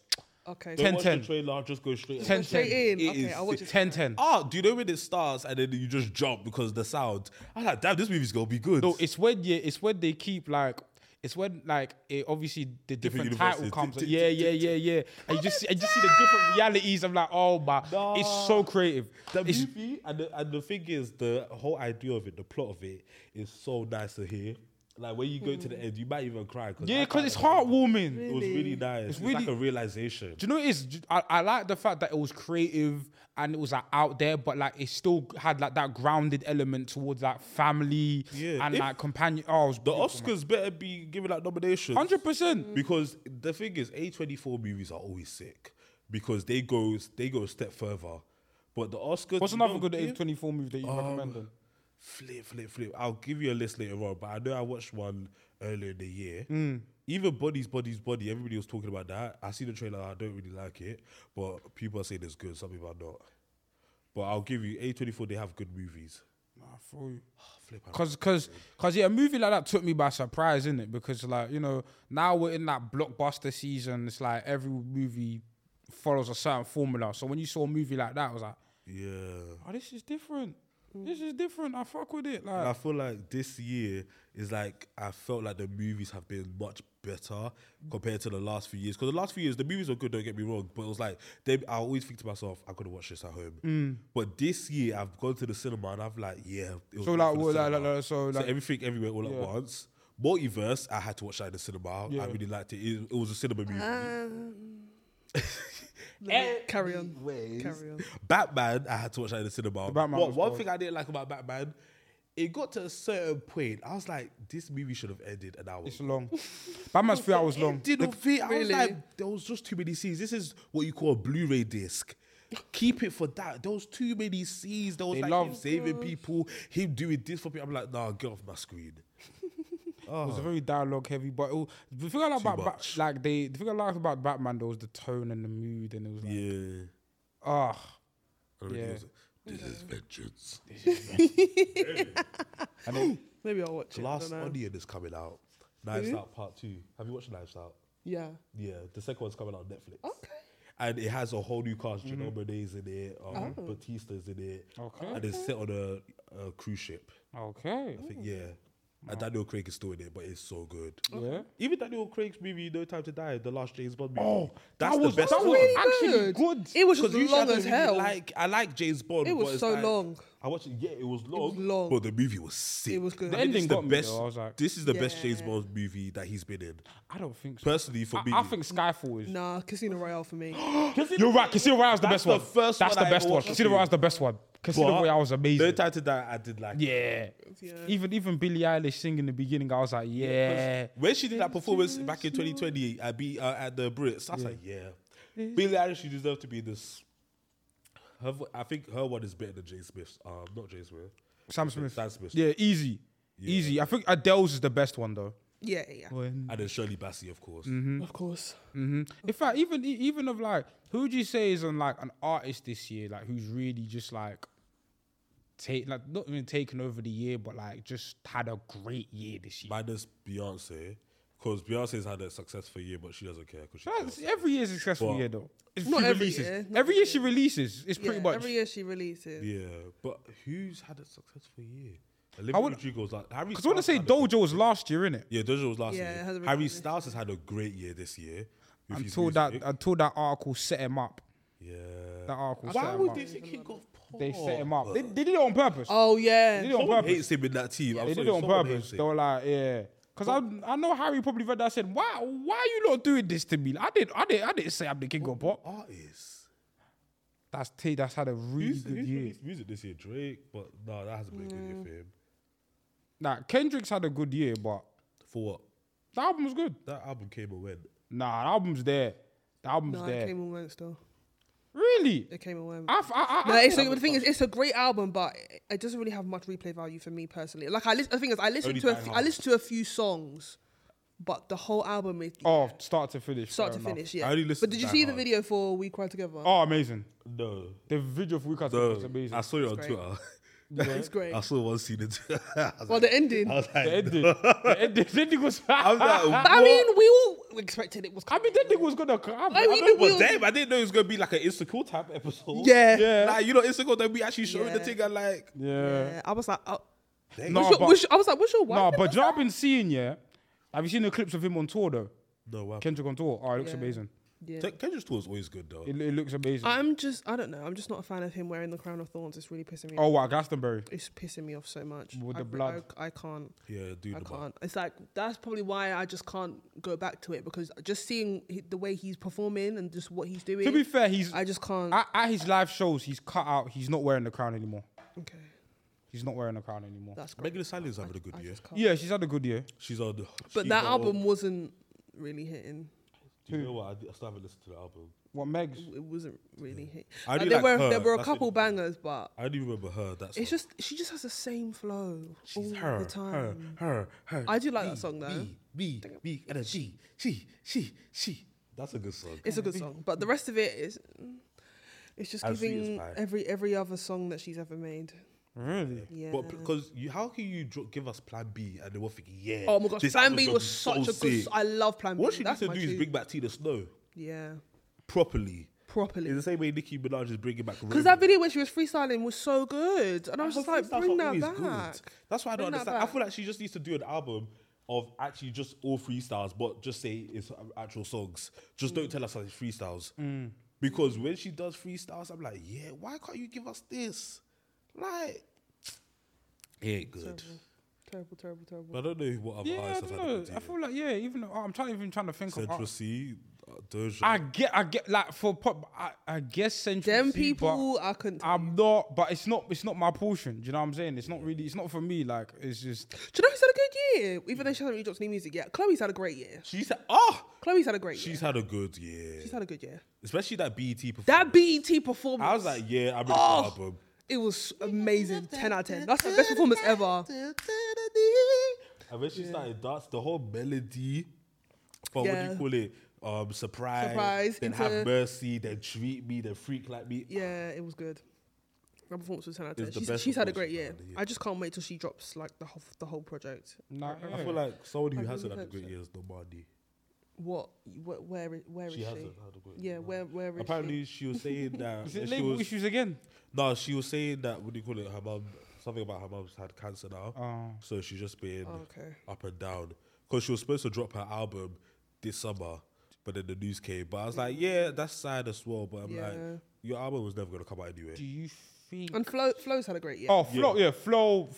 Speaker 3: okay.
Speaker 2: ten-
Speaker 4: Watch the trailer, just go straight.
Speaker 2: Ten-
Speaker 3: Straight in.
Speaker 4: It
Speaker 3: okay,
Speaker 4: is
Speaker 3: I'll watch
Speaker 4: sick.
Speaker 3: it.
Speaker 2: ten ten.
Speaker 4: Ah, do you know when it starts and then you just jump because the sound? I'm like, damn, this movie's gonna be good.
Speaker 2: No, it's when yeah, it's when they keep like. It's when like it, obviously the different, title
Speaker 4: universes.
Speaker 2: comes.
Speaker 4: Tick, tick,
Speaker 2: yeah,
Speaker 4: tick,
Speaker 2: yeah,
Speaker 4: tick,
Speaker 2: yeah, yeah.
Speaker 3: Oh,
Speaker 2: And you just see, I just see the different realities. I'm like, oh my, it's so creative.
Speaker 4: the
Speaker 2: It's-
Speaker 4: movie and the, and the thing is the whole idea of it, the plot of it, is so nice to hear. Like when you go to the end, you might even cry. Cause
Speaker 2: yeah,
Speaker 4: I
Speaker 2: because
Speaker 4: cried
Speaker 2: it's
Speaker 4: at the end.
Speaker 2: heartwarming.
Speaker 4: It was really nice. It's, like
Speaker 2: really-
Speaker 4: a realization.
Speaker 2: Do you know what it is? I, I like the fact that it was creative and it was like out there, but like it still had like that grounded element towards like family
Speaker 4: Yeah,
Speaker 2: and
Speaker 4: if-
Speaker 2: like companion. Oh,
Speaker 4: The Oscars better be giving out nominations. Mm.
Speaker 2: hundred percent.
Speaker 4: because the thing is, A twenty four movies are always sick because they go they go a step further. But the Oscars.
Speaker 2: What's
Speaker 4: you
Speaker 2: another
Speaker 4: don't
Speaker 2: good A
Speaker 4: give-
Speaker 2: twenty four movie that
Speaker 4: Um,
Speaker 2: you recommend? Then?
Speaker 4: Flip, flip, flip. I'll give you a list later on, but I know I watched one earlier in the year. Even Bodies, Bodies, Body, everybody was talking about that. I see the trailer, I don't really like it, but people are saying it's good, some people are not. But I'll give you A24, they have good movies.
Speaker 2: Nah, for you.
Speaker 4: Ah, Flip, I-
Speaker 2: Cause, cause, cause, yeah, a movie like that took me by surprise, innit? Because, like, you know, now we're in that blockbuster season. It's like every movie follows a certain formula. So when you saw a movie like that, I was like,
Speaker 4: yeah.
Speaker 2: oh, this is different.
Speaker 4: Mm.
Speaker 2: This is different. I fuck with it.
Speaker 4: And I
Speaker 2: Like,
Speaker 4: feel like this year is like I felt like the movies have been much better compared to the last few years. Because the last few years the movies were good, don't get me wrong, but it was like they, I always think to myself, I could have watched this at home.
Speaker 2: Mm.
Speaker 4: But this year I've gone to the cinema and I've like, yeah. It was
Speaker 2: so
Speaker 4: good
Speaker 2: like,
Speaker 4: for the
Speaker 2: what, like, like,
Speaker 4: cinema.
Speaker 2: like, so
Speaker 4: So
Speaker 2: like,
Speaker 4: everything everywhere all
Speaker 2: Yeah.
Speaker 4: at once. Multiverse, I had to watch that in the cinema.
Speaker 2: Yeah.
Speaker 4: I really liked it. It, it was a cinema movie.
Speaker 3: Um, let me carry on. Carry on.
Speaker 4: Batman, I had to watch that in the cinema.
Speaker 2: The Batman
Speaker 4: But
Speaker 2: was
Speaker 4: one
Speaker 2: dope.
Speaker 4: thing I didn't like about Batman, it got to a certain point. I was like, this movie should have ended an hour.
Speaker 2: it's long. Batman's three hours long.
Speaker 4: Did not fit. I was
Speaker 3: Really?
Speaker 4: like, there was just too many scenes. This is what you call a Blu-ray disc. Keep it for that. There was too many scenes. There was
Speaker 2: They
Speaker 4: like
Speaker 2: love-
Speaker 4: him saving people, him doing this for people. I'm like, nah, get off my screen.
Speaker 2: It was very dialogue heavy, but it, the thing I like
Speaker 4: Too
Speaker 2: about Bat,
Speaker 4: much.
Speaker 2: like they, the thing I like about Batman though was the tone and the mood, and it was like,
Speaker 4: Yeah.
Speaker 2: ah,
Speaker 4: I really
Speaker 2: Yeah.
Speaker 4: was- This is vengeance.
Speaker 2: and it,
Speaker 3: Maybe I'll watch it.
Speaker 4: Last
Speaker 3: I don't know.
Speaker 4: Onion is coming out. Knives Out Part Two. Have you watched Knives Out?
Speaker 3: Yeah.
Speaker 4: Yeah, the second one's coming out on Netflix.
Speaker 2: Oh.
Speaker 3: Okay.
Speaker 4: And it has a whole new cast. Janelle Monáe's in it. Um, Batista's in it.
Speaker 2: Mm-hmm. Oh. Okay.
Speaker 4: And it's set on a, a cruise ship.
Speaker 2: okay,
Speaker 4: I think yeah. And Daniel Craig is doing it, but it's so good.
Speaker 2: yeah.
Speaker 4: Even Daniel Craig's movie, No Time to Die, the last James Bond movie.
Speaker 2: Oh,
Speaker 4: that's
Speaker 2: that was
Speaker 4: the best
Speaker 2: that was
Speaker 4: one.
Speaker 2: actually good.
Speaker 3: It was
Speaker 4: 'Cause
Speaker 3: just
Speaker 4: usually I
Speaker 3: long
Speaker 4: don't
Speaker 3: as
Speaker 4: really
Speaker 3: hell.
Speaker 4: Like I like James Bond.
Speaker 3: It was
Speaker 4: but it's
Speaker 3: so
Speaker 4: like-
Speaker 3: long.
Speaker 4: I watched it. Yeah, it was long.
Speaker 3: long.
Speaker 4: But the movie was sick.
Speaker 3: It was good.
Speaker 2: The
Speaker 4: And
Speaker 2: ending
Speaker 4: it's the
Speaker 2: got me,
Speaker 4: best.
Speaker 2: though. I was like-
Speaker 4: this is the best
Speaker 3: Yeah.
Speaker 4: James Bond movie that he's been in.
Speaker 2: I don't think so.
Speaker 4: Personally, for
Speaker 2: I,
Speaker 4: me,
Speaker 2: I think Skyfall is.
Speaker 3: Nah, Casino Royale for me.
Speaker 2: You're right. Casino Royale's the
Speaker 4: That's
Speaker 2: best one.
Speaker 4: the first
Speaker 2: That's
Speaker 4: one
Speaker 2: the
Speaker 4: I
Speaker 2: best
Speaker 4: ever
Speaker 2: one.
Speaker 4: watched
Speaker 2: Casino
Speaker 4: with you.
Speaker 2: Royale's the best one. Casino
Speaker 4: But
Speaker 2: Royale's
Speaker 4: No
Speaker 2: amazing.
Speaker 4: Time to Die, I did like.
Speaker 2: Yeah.
Speaker 3: Yeah.
Speaker 2: Even even Billie Eilish singing in the beginning, I was like, yeah.
Speaker 4: When she did that performance back in 2020 at, B, uh, at the Brits, I was like, yeah. Billie Eilish, she deserved to be in this. Her, vo- I think her one is better than Jay Smith's. Um, not Jay Smith.
Speaker 2: Sam Smith.
Speaker 4: Sam Smith.
Speaker 2: Yeah, easy. Easy. I think Adele's is the best one though.
Speaker 3: Yeah, yeah.
Speaker 4: And then Shirley Bassey, of course.
Speaker 2: Mm-hmm.
Speaker 3: Of course.
Speaker 2: In fact, even e- even of like, who would you say is on like an artist this year, like who's really just like take like not even taken over the year, but like just had a great year this year.
Speaker 4: Minus Beyonce. Because Beyonce's had a successful year, but she doesn't care. Because she
Speaker 2: That's-
Speaker 4: Beyonce.
Speaker 2: every year is a successful
Speaker 4: But-
Speaker 2: year though. If
Speaker 3: Not
Speaker 2: she
Speaker 3: every
Speaker 2: releases.
Speaker 3: year, not
Speaker 2: every year she releases, it's pretty
Speaker 3: Yeah,
Speaker 2: much.
Speaker 3: Every year she releases.
Speaker 4: Yeah. But who's had a successful year?
Speaker 2: I
Speaker 4: Olivia
Speaker 2: would-
Speaker 4: Rodrigo's like. Harry
Speaker 2: Because I want to
Speaker 4: Styles
Speaker 2: say
Speaker 4: had a good-
Speaker 2: Dojo was last year, innit?
Speaker 4: Yeah, Doja was last
Speaker 3: Yeah, it
Speaker 4: year.
Speaker 3: hasn't been
Speaker 4: Harry
Speaker 3: good.
Speaker 4: Styles has had a great year this year. with his
Speaker 2: Until that
Speaker 4: music.
Speaker 2: until that article set him up.
Speaker 4: Yeah. Oh,
Speaker 2: That article set
Speaker 4: Why
Speaker 2: him
Speaker 4: would
Speaker 2: up.
Speaker 4: they
Speaker 2: They,
Speaker 4: think he got poor?
Speaker 2: set him up. They, they did it on purpose.
Speaker 3: Oh
Speaker 2: they
Speaker 3: yeah.
Speaker 2: did it on
Speaker 4: Someone
Speaker 2: purpose.
Speaker 4: hates him in that team. I'm
Speaker 2: They
Speaker 4: sorry,
Speaker 2: did it on
Speaker 4: someone
Speaker 2: purpose.
Speaker 4: hates
Speaker 2: They
Speaker 4: him.
Speaker 2: were like, yeah. Cause I, I know Harry probably read that and said, Why why are you not doing this to me? I did I did I didn't say I'm the king of pop.
Speaker 4: Artists.
Speaker 2: That's T that's had a really
Speaker 4: Who's,
Speaker 2: good
Speaker 4: who's
Speaker 2: year.
Speaker 4: released music this year? Drake, but no, that hasn't been a
Speaker 3: Mm.
Speaker 4: good year for him.
Speaker 2: Nah, Kendrick's had a good year, but
Speaker 4: For what?
Speaker 2: the album's good.
Speaker 4: That album came and went.
Speaker 2: Nah, the album's there. The album's
Speaker 3: No, it
Speaker 2: there.
Speaker 3: came and went still.
Speaker 2: Really?
Speaker 3: It came and went.
Speaker 2: I, f- I, I,
Speaker 3: No,
Speaker 2: I
Speaker 3: it's
Speaker 2: think-
Speaker 3: the thing is, it's a great album, but it- it doesn't really have much replay value for me personally. Like I, lis- the thing is, I listened
Speaker 4: Only
Speaker 3: to a
Speaker 4: Die
Speaker 3: few, I
Speaker 4: Hard.
Speaker 3: listened to a few songs, but the whole album is
Speaker 2: Oh, start to finish.
Speaker 3: start
Speaker 2: fair
Speaker 3: to
Speaker 2: enough.
Speaker 3: finish. Yeah,
Speaker 4: I only
Speaker 3: but
Speaker 4: listened
Speaker 3: did
Speaker 4: to
Speaker 3: you
Speaker 4: Die
Speaker 3: see
Speaker 4: Hard.
Speaker 3: the video for We Cry Together?
Speaker 2: Oh, amazing.
Speaker 4: No.
Speaker 2: The video for Weekend
Speaker 4: No.
Speaker 2: was amazing.
Speaker 4: I saw it on
Speaker 3: great.
Speaker 4: Twitter.
Speaker 3: it's great.
Speaker 4: I saw one scene in Twitter. I was
Speaker 3: Well,
Speaker 4: like,
Speaker 3: the ending.
Speaker 4: I was
Speaker 2: the
Speaker 4: like,
Speaker 2: ending. the ending. The ending was.
Speaker 4: I was
Speaker 2: I
Speaker 4: like
Speaker 3: But I
Speaker 4: what?
Speaker 3: mean, we all expected it was.
Speaker 2: mean, the ending was gonna come.
Speaker 3: I mean,
Speaker 2: I
Speaker 3: it
Speaker 2: know-
Speaker 4: Well,
Speaker 3: will-
Speaker 4: damn, I didn't know it was gonna be like an Instacool type episode.
Speaker 3: Yeah.
Speaker 2: Yeah.
Speaker 4: Like, you know, Instacool, they be actually showing the
Speaker 3: Yeah.
Speaker 4: thing and like,
Speaker 2: yeah.
Speaker 3: Yeah, I was like, oh,
Speaker 4: Damn.
Speaker 2: No,
Speaker 3: what's your,
Speaker 2: but-
Speaker 3: what's your- I was like, what's your wife?
Speaker 2: No, but you know what I've been seeing. Yeah, have you seen the clips of him on tour though?
Speaker 4: no, wow.
Speaker 2: Kendrick on tour. Oh, it looks
Speaker 3: Yeah.
Speaker 2: amazing.
Speaker 3: Yeah.
Speaker 4: Ken- Kendrick's tour is always good though.
Speaker 2: It, it looks amazing.
Speaker 3: I'm just, I don't know. I'm just not a fan of him wearing the crown of thorns. It's really pissing me. off.
Speaker 2: oh wow, Glastonbury.
Speaker 3: It's pissing me off so much.
Speaker 2: With
Speaker 3: I,
Speaker 2: the blood.
Speaker 3: I, I can't.
Speaker 4: yeah, dude.
Speaker 3: I
Speaker 4: the man.
Speaker 3: can't. It's like that's probably why I just can't go back to it because just seeing he- the way he's performing and just what he's doing,
Speaker 2: To be fair, he's
Speaker 3: I just can't.
Speaker 2: at, at his live shows. He's cut out. He's not wearing the crown anymore.
Speaker 3: okay,
Speaker 2: He's not wearing the crown anymore.
Speaker 3: that's great.
Speaker 4: Megan Thee Stallion's having a good
Speaker 3: I
Speaker 4: year.
Speaker 3: just can't.
Speaker 2: Yeah, she's had a good year.
Speaker 4: She's on.
Speaker 3: but
Speaker 4: she's
Speaker 3: that
Speaker 4: on-
Speaker 3: album wasn't really hitting.
Speaker 4: Do you know what? I, d- I still haven't listened to the album.
Speaker 2: What Megs?
Speaker 3: It wasn't really hitting.
Speaker 4: I
Speaker 3: Like,
Speaker 4: do
Speaker 3: there
Speaker 4: like
Speaker 3: were there
Speaker 4: her,
Speaker 3: were a
Speaker 4: that's the
Speaker 3: couple
Speaker 4: difference.
Speaker 3: bangers, but
Speaker 4: I do remember her. That's
Speaker 3: it's just she just has the same flow
Speaker 4: she's
Speaker 3: all
Speaker 4: her,
Speaker 3: the time.
Speaker 4: her, her, her.
Speaker 3: I do like that song, though.
Speaker 4: Me, me, me, and then she, she, she, she. That's a good song.
Speaker 3: It's a good song, but the rest of it is. It's just
Speaker 4: As sweet as
Speaker 3: giving
Speaker 4: pie.
Speaker 3: every every other song that she's ever made.
Speaker 2: Really?
Speaker 3: Yeah.
Speaker 4: But because you, how can you dro- give us Plan B and then we're thinking, yeah.
Speaker 3: oh my gosh,
Speaker 4: this
Speaker 3: Plan
Speaker 4: album's
Speaker 3: B
Speaker 4: gonna
Speaker 3: was
Speaker 4: be
Speaker 3: such
Speaker 4: so
Speaker 3: a good.
Speaker 4: sick.
Speaker 3: I love Plan B.
Speaker 4: What she needs
Speaker 3: That's
Speaker 4: to
Speaker 3: my
Speaker 4: do is
Speaker 3: tune.
Speaker 4: bring back Tina Snow
Speaker 3: Yeah.
Speaker 4: properly.
Speaker 3: properly.
Speaker 4: It's the same way Nicki Minaj is bringing back
Speaker 3: Because that video when she was freestyling was so good, and I was just like, bring that back.
Speaker 4: That's why I don't
Speaker 3: Bring that
Speaker 4: understand. I
Speaker 3: back.
Speaker 4: feel like she just needs to do an album of actually just all freestyles, but just say it's actual songs. Just
Speaker 3: Mm.
Speaker 4: don't tell us that it's freestyles. Because when she does freestyles, I'm like, yeah, why can't you give us this? Like, it ain't good.
Speaker 3: Terrible, terrible, terrible, terrible.
Speaker 4: But I don't know what other
Speaker 2: Yeah, I
Speaker 4: artists
Speaker 2: don't
Speaker 4: have had
Speaker 2: know.
Speaker 4: to do.
Speaker 2: I feel like yeah, even though- I'm trying even trying to think of.
Speaker 4: Central C, uh, Doja.
Speaker 2: I get, I get, like for pop, I, I guess central.
Speaker 3: Them
Speaker 2: C, but
Speaker 3: people, I couldn't. tell you.
Speaker 2: I'm not, but it's not, it's not my portion. Do you know what I'm saying? It's not really, it's not for me. Like it's just,
Speaker 3: Do you know who's had a good year? Even though she hasn't really dropped any music yet, Chloe's had a great year.
Speaker 4: she's had, oh,
Speaker 3: Chloe's had a great year.
Speaker 4: she's had a good year.
Speaker 3: She's had a good year.
Speaker 4: Especially that BET performance.
Speaker 3: That BET performance.
Speaker 4: I was like, yeah, I'm ready for the
Speaker 3: Oh.
Speaker 4: album.
Speaker 3: it was amazing. Ten out of ten. That's the best performance ever.
Speaker 4: And when she started dance, the whole melody for what do
Speaker 3: Yeah.
Speaker 4: you call it? Um, surprise,
Speaker 3: Surprise,
Speaker 4: then
Speaker 3: into-
Speaker 4: have mercy, then treat me, then freak like me.
Speaker 3: Yeah, it was good. Her performance was ten out of ten.
Speaker 4: It's the
Speaker 3: She's,
Speaker 4: best
Speaker 3: she's had a great
Speaker 4: performance
Speaker 3: year.
Speaker 4: I've had in years.
Speaker 3: I just can't wait till she drops like the whole the whole project.
Speaker 2: nah,
Speaker 4: I
Speaker 2: yeah.
Speaker 4: feel like someone who hasn't
Speaker 3: really
Speaker 4: had a
Speaker 3: hope
Speaker 4: great year is Normani.
Speaker 3: What? Where? Where? i- Where is
Speaker 4: She
Speaker 3: she?
Speaker 4: hasn't had a great
Speaker 3: Yeah.
Speaker 4: year.
Speaker 3: Where? Where is
Speaker 4: Apparently, she was saying that.
Speaker 2: Is it
Speaker 4: she
Speaker 2: label
Speaker 4: was,
Speaker 2: issues again?
Speaker 4: no, she was saying that, what do you call it? Her mum, something about her mum's had cancer now.
Speaker 2: Oh.
Speaker 4: So she's just been
Speaker 3: she? Oh, okay.
Speaker 4: up and down because she was supposed to drop her album this summer, but then the news came. But I was like, yeah, that's sad as well. But I'm like,
Speaker 3: Yeah.
Speaker 4: your album was never gonna come out anyway.
Speaker 2: Do you think?
Speaker 3: And Flo, Flo's had a great year.
Speaker 2: Oh, flow, yeah, flow,
Speaker 3: Flo's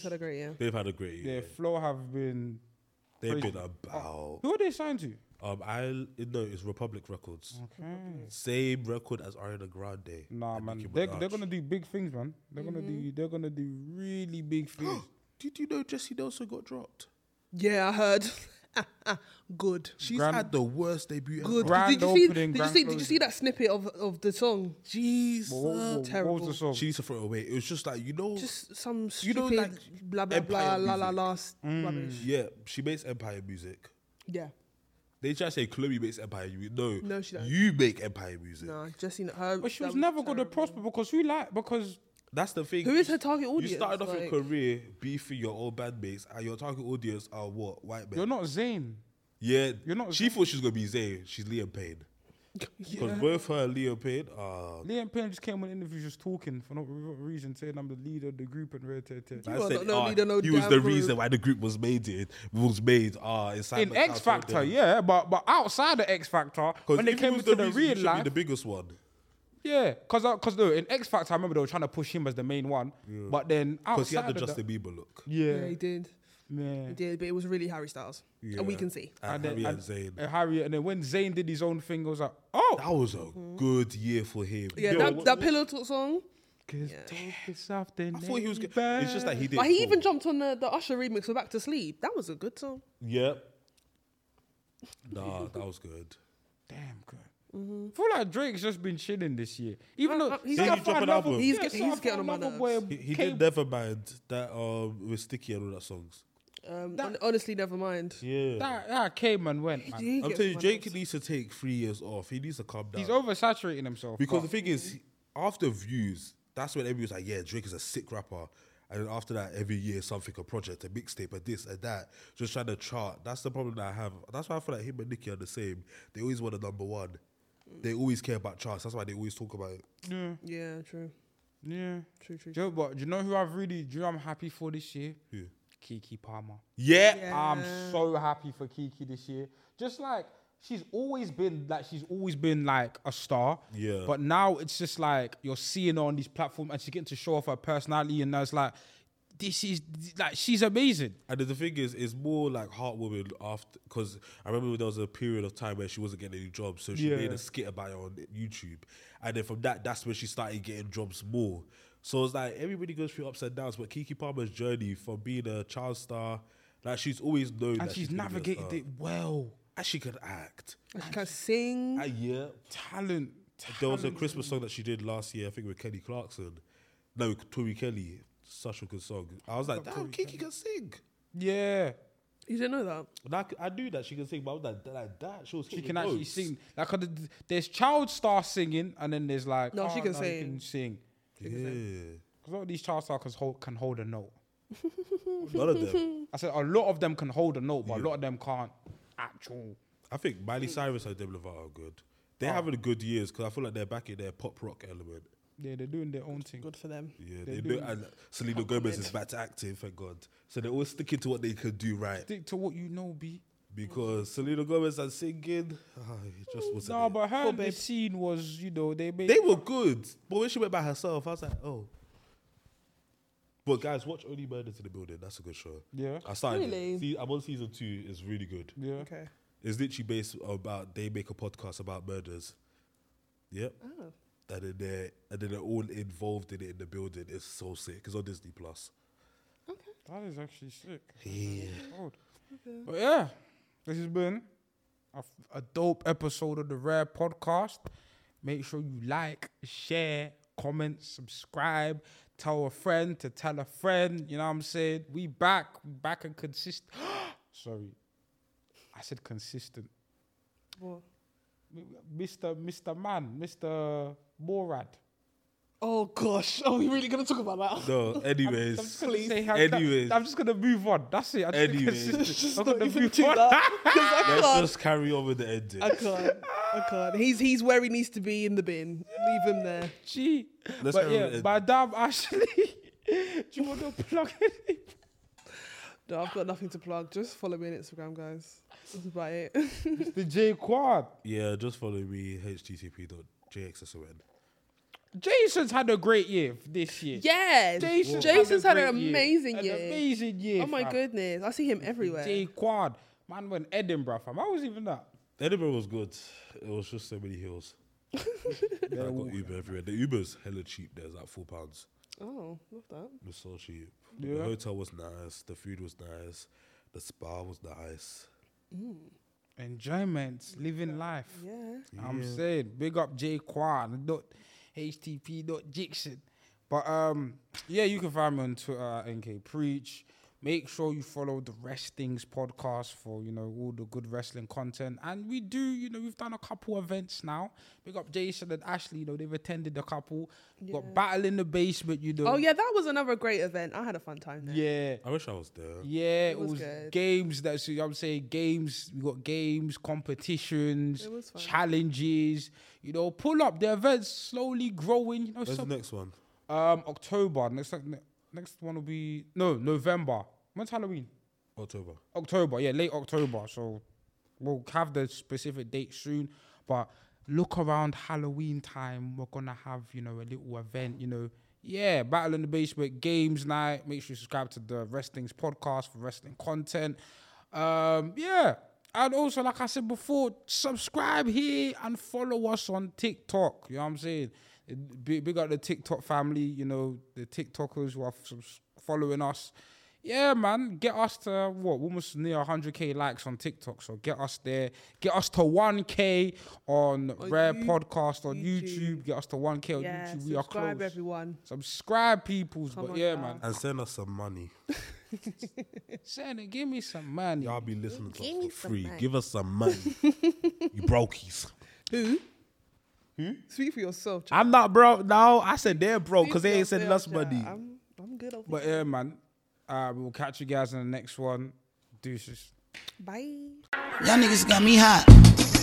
Speaker 2: flows,
Speaker 3: had a great year.
Speaker 4: They've had a great year.
Speaker 2: yeah, flow have been.
Speaker 4: They've
Speaker 2: crazy.
Speaker 4: been about.
Speaker 2: Who are they signed to?
Speaker 4: Um, I no, it's Republic Records. Same record as Ariana Grande.
Speaker 2: Nah,
Speaker 4: and
Speaker 2: man,
Speaker 4: Nicki
Speaker 2: they're, they're
Speaker 4: Minaj.
Speaker 2: gonna do big things, man. They're gonna
Speaker 3: Mm-hmm.
Speaker 2: do, they're gonna do really big things.
Speaker 4: Did you know Jessie Nelson got dropped?
Speaker 3: Yeah, I heard. good.
Speaker 4: She's
Speaker 2: Grand-
Speaker 4: had the worst debut ever.
Speaker 3: Good.
Speaker 2: Grand
Speaker 3: did you see?
Speaker 2: opening,
Speaker 3: Did you
Speaker 2: grand
Speaker 3: see? Did you
Speaker 2: closing.
Speaker 3: see that snippet of of the song?
Speaker 4: Jesus.
Speaker 2: But what, what- what was
Speaker 3: terrible.
Speaker 2: the song?
Speaker 4: She needs to throw it away. It was just like you know.
Speaker 3: Just some
Speaker 4: You
Speaker 3: stupid
Speaker 4: know, like,
Speaker 3: blah blah blah
Speaker 4: Empire
Speaker 3: la la
Speaker 4: music.
Speaker 3: la s- rubbish.
Speaker 4: yeah, she makes Empire music.
Speaker 3: Yeah.
Speaker 4: They try to say Chloe makes Empire music. No,
Speaker 3: No, she don't.
Speaker 4: You make Empire music.
Speaker 3: No, Jessie. Her.
Speaker 2: but she
Speaker 3: that
Speaker 2: was never gonna
Speaker 3: terrible.
Speaker 2: prosper because who like because
Speaker 4: That's the thing.
Speaker 3: Who
Speaker 4: You
Speaker 3: is her
Speaker 4: s-
Speaker 3: target audience?
Speaker 4: You started off your
Speaker 3: Like-
Speaker 4: career beefing your old bandmates, and your target audience are what white men.
Speaker 2: you're not Zayn.
Speaker 4: yeah,
Speaker 2: you're not-
Speaker 4: She thought she was gonna be Zayn. She's Liam Payne. Because both her and Liam Payne are.
Speaker 2: Liam Payne just came on interviews just talking for no re- reason, saying I'm the leader of the group and red tear tear.
Speaker 4: I
Speaker 3: are not no
Speaker 4: ah,
Speaker 3: leader, no
Speaker 4: he was
Speaker 3: damn
Speaker 4: the
Speaker 3: group.
Speaker 4: reason why the group was made. It was made. Ah, inside
Speaker 2: In
Speaker 4: my
Speaker 2: X
Speaker 4: house, I told
Speaker 2: Factor,
Speaker 4: them.
Speaker 2: yeah, but but outside of X Factor,
Speaker 4: 'Cause
Speaker 2: when they
Speaker 4: if he
Speaker 2: came
Speaker 4: was
Speaker 2: into the
Speaker 4: reason, he
Speaker 2: real
Speaker 4: should be
Speaker 2: life,
Speaker 4: the biggest one.
Speaker 2: yeah, cause uh, cause no, in X Factor, I remember they were trying to push him as the main one, but then outside
Speaker 4: Because he had the
Speaker 2: of
Speaker 4: Justin
Speaker 2: that,
Speaker 4: Bieber look.
Speaker 3: Yeah,
Speaker 2: yeah,
Speaker 3: he did. He
Speaker 2: man.
Speaker 3: did, but it was really Harry Styles, and we
Speaker 4: Yeah.
Speaker 3: can see.
Speaker 4: And,
Speaker 2: then-
Speaker 4: Uh, Harry and
Speaker 2: and-
Speaker 4: Zayn.
Speaker 2: And Harry, and then when Zayn did his own thing, I was like, oh,
Speaker 4: That was a good year for him.
Speaker 3: Mm-hmm. Yeah,
Speaker 4: Yo,
Speaker 3: that,
Speaker 4: what-
Speaker 3: that pillow talk song.
Speaker 2: Cause
Speaker 3: Yeah.
Speaker 2: take this off the
Speaker 4: I thought he was good.
Speaker 2: neighbor.
Speaker 4: It's just that he did.
Speaker 3: But he even jumped on the, the Usher remix for Back to Sleep. That was a good song.
Speaker 4: Yep. Nah, that was good.
Speaker 2: Damn good. I feel like Drake's just been chilling this year. Even
Speaker 3: Mm-hmm.
Speaker 2: though
Speaker 3: Uh, uh, he's
Speaker 4: Did he
Speaker 2: got
Speaker 4: drop an
Speaker 2: another-
Speaker 4: album?
Speaker 3: He's
Speaker 2: yeah,
Speaker 3: get-
Speaker 2: so
Speaker 3: he's
Speaker 2: I
Speaker 3: getting on my
Speaker 2: another
Speaker 3: nerves.
Speaker 2: way
Speaker 4: He, he
Speaker 2: came-
Speaker 4: did never mind that um with Sticky and all that songs.
Speaker 3: Um,
Speaker 2: That-
Speaker 3: hon- honestly, never mind.
Speaker 4: Yeah.
Speaker 2: That, that came and went, man.
Speaker 3: He
Speaker 4: I'm
Speaker 3: gets
Speaker 4: telling you,
Speaker 3: my
Speaker 4: Jake
Speaker 3: nerves.
Speaker 4: needs to take three years off. He needs to calm down.
Speaker 2: He's oversaturating himself.
Speaker 4: because the
Speaker 2: but
Speaker 4: thing is, after views, that's when everyone's like, "Yeah, Drake is a sick rapper." And then after that, every year something, a project, a mixtape, a this, a that, just trying to chart. That's the problem that I have. That's why I feel like him and Nicki are the same. They always want a number one. They always care about charts. That's why they always talk about it.
Speaker 2: yeah,
Speaker 3: Yeah, true,
Speaker 2: yeah.
Speaker 3: true, true.
Speaker 2: Do you know, but do you know who I've really, do you know I'm happy for this year?
Speaker 4: Who?
Speaker 2: Kiki Palmer.
Speaker 4: Yeah.
Speaker 2: I'm
Speaker 3: Yeah.
Speaker 2: so happy for Kiki this year. Just like she's always been like she's always been like a star.
Speaker 4: Yeah.
Speaker 2: But now it's just like you're seeing her on these platforms and she's getting to show off her personality and that's like this is like she's amazing.
Speaker 4: And the thing is, it's more like heartwarming after because I remember there was a period of time where she wasn't getting any jobs, so she
Speaker 2: Yeah.
Speaker 4: made a skit about it on YouTube, and then from that, that's when she started getting jobs more. So it's like everybody goes through ups and downs, but Kiki Palmer's journey from being a child star, like she's always known,
Speaker 2: And
Speaker 4: that
Speaker 2: she's
Speaker 4: gonna be a
Speaker 2: navigated
Speaker 4: star.
Speaker 2: it well.
Speaker 4: and she can act.
Speaker 3: And she can sing.
Speaker 4: And yeah,
Speaker 2: Talent.
Speaker 4: there was a Christmas song that she did last year, I think with Kelly Clarkson, no, Tori Kelly, such a good song. I was like, damn, Kiki can sing.
Speaker 2: Yeah.
Speaker 3: you didn't know that?
Speaker 4: And I, c- I knew that she can sing, but I was like, like that. She, was
Speaker 2: She can actually sing. Like 'cause th- there's child star singing and then there's like
Speaker 3: No, she
Speaker 2: oh,
Speaker 3: can
Speaker 2: you
Speaker 3: sing.
Speaker 2: Can sing.
Speaker 4: Yeah.
Speaker 2: Because all these child stars can hold, can hold a note.
Speaker 4: None of them.
Speaker 2: I said a lot of them can hold a note, but a lot of them can't actual.
Speaker 4: I think Miley Cyrus and Demi Lovato are good. They're having good years because I feel like they're back in their pop rock element.
Speaker 2: Yeah, they're doing their own thing.
Speaker 3: Good for them.
Speaker 4: Yeah,
Speaker 2: They're
Speaker 4: they do.
Speaker 2: doing-
Speaker 4: And Selena Gomez is back to active, thank God. So they're always sticking to what they can do right
Speaker 2: Stick to what you know, B.
Speaker 4: because Selena Gomez and singing, ah, it just wasn't.
Speaker 2: No,
Speaker 4: it.
Speaker 2: but her
Speaker 3: Poor
Speaker 2: and the
Speaker 3: babe.
Speaker 2: scene was, you know, they made
Speaker 4: They were good, but when she went by herself, I was like, oh. But guys, watch Only Murders in the Building. That's a good show.
Speaker 2: yeah,
Speaker 4: I started. it.
Speaker 3: Really?
Speaker 4: See, I'm on season two. It's really good.
Speaker 2: yeah.
Speaker 3: Ah. Okay.
Speaker 4: It's literally based about they make a podcast about murders. Yep.
Speaker 3: Oh.
Speaker 4: And then they're and then they're all involved in it in the building. It's so sick. It's on Disney Plus.
Speaker 2: That is actually sick.
Speaker 4: Yeah.
Speaker 2: Old. But yeah, this has been a, f- a dope episode of the Rare Podcast. Make sure you like, share, comment, subscribe, tell a friend to tell a friend. You know what I'm saying? We back, we back and consistent. Sorry, I said consistent.
Speaker 3: What?
Speaker 2: Mr. Mr. Man, Mr. Morad.
Speaker 3: Oh gosh. Are we really gonna talk about that?
Speaker 4: No.
Speaker 2: I'm
Speaker 4: Anyways.
Speaker 2: just gonna say how
Speaker 4: Anyways.
Speaker 2: I'm just gonna move on. That's it. I'm just gonna
Speaker 4: Anyways.
Speaker 2: consistent.
Speaker 3: Just
Speaker 2: I'm
Speaker 3: not
Speaker 2: gonna
Speaker 3: even
Speaker 2: move
Speaker 3: do
Speaker 2: on.
Speaker 3: that. 'cause I
Speaker 4: Let's
Speaker 3: can't.
Speaker 4: just carry on with the ending.
Speaker 3: I can't. I can't. He's he's where he needs to be in the bin. Leave him there.
Speaker 2: Gee.
Speaker 4: Let's
Speaker 2: but
Speaker 4: carry on
Speaker 2: yeah,
Speaker 4: with it.
Speaker 2: Madame Ashley, do you want to plug anything?
Speaker 3: No, I've got nothing to plug. Just follow me on Instagram, guys. That's about it.
Speaker 2: The J Quad.
Speaker 4: Yeah, just follow me http.jxson.
Speaker 2: Jason's had a great year this year.
Speaker 3: Yes.
Speaker 2: Jason's,
Speaker 3: Jason's had,
Speaker 2: a
Speaker 3: an
Speaker 2: great year.
Speaker 3: amazing
Speaker 2: An
Speaker 3: year.
Speaker 2: amazing year.
Speaker 3: Oh my
Speaker 2: fam.
Speaker 3: goodness. I see him everywhere.
Speaker 2: J Quad. Man went Edinburgh, fam. How was even that?
Speaker 4: Edinburgh was good. It was just so many hills. I got Uber everywhere. The Uber's hella cheap. There's like four pounds.
Speaker 3: Oh, love that.
Speaker 4: It was so cheap.
Speaker 2: Yeah.
Speaker 4: The hotel was nice. The food was nice. The spa was nice.
Speaker 2: Enjoyment, living life.
Speaker 3: Yeah.
Speaker 2: I'm saying, big up J Quan dot HTP dot Dixon. But um, yeah, you can find me on Twitter at NK Preach. Make sure you follow the Wrestling's podcast for you know all the good wrestling content. And we do, you know, we've done a couple events now. Big up Jason and Ashley, you know, they've attended a couple. We've Got battle in the basement, you know.
Speaker 3: Oh yeah, that was another great event. I had a fun time there.
Speaker 2: Yeah.
Speaker 4: I wish I was there.
Speaker 2: Yeah, it was,
Speaker 3: was good.
Speaker 2: games. That's you know what I'm saying. Games. We got games, competitions,
Speaker 3: It was fun.
Speaker 2: challenges. You know, pull up. The event's slowly growing. You know,
Speaker 4: Where's
Speaker 2: so,
Speaker 4: the next one?
Speaker 2: um, October next. like, ne- Next one will be no November. When's Halloween?
Speaker 4: October.
Speaker 2: October. Yeah, late October. So we'll have the specific date soon. But look around Halloween time. We're gonna have you know a little event. You know, yeah, battle in the basement games night. Make sure you subscribe to the Wrestling's podcast for wrestling content. Um, yeah. And also, like I said before, subscribe here and follow us on TikTok. You know what I'm saying? Big, big up the TikTok family, you know, the TikTokers who are subs- following us. Yeah, man, get us to what almost near 100k likes on TikTok. So get us there, get us to 1k on, Rare
Speaker 3: you-
Speaker 2: Podcast on YouTube.
Speaker 3: YouTube.
Speaker 2: Get us to 1k on
Speaker 3: Yeah,
Speaker 2: YouTube. We are close.
Speaker 3: subscribe everyone.
Speaker 2: Subscribe, peoples.
Speaker 3: Come
Speaker 2: but
Speaker 3: on,
Speaker 2: yeah,
Speaker 3: guys.
Speaker 2: man,
Speaker 4: And send us some money.
Speaker 2: Santa, give me some money.
Speaker 4: Y'all be listening to
Speaker 3: Give
Speaker 4: us
Speaker 3: me
Speaker 4: for
Speaker 3: some
Speaker 4: free.
Speaker 3: money.
Speaker 4: Give us some money. you brokies.
Speaker 3: Who? Who? Speak for yourself. Ch-
Speaker 4: I'm not broke. No, I said they're broke
Speaker 3: Speak
Speaker 4: because
Speaker 3: for
Speaker 4: they ain't sending us
Speaker 3: yourself, Ch-
Speaker 4: money.
Speaker 3: I'm, I'm good over
Speaker 2: But yeah, man, uh, we'll catch you guys in the next one. Deuces.
Speaker 3: Bye.
Speaker 1: Y'all niggas got me hot.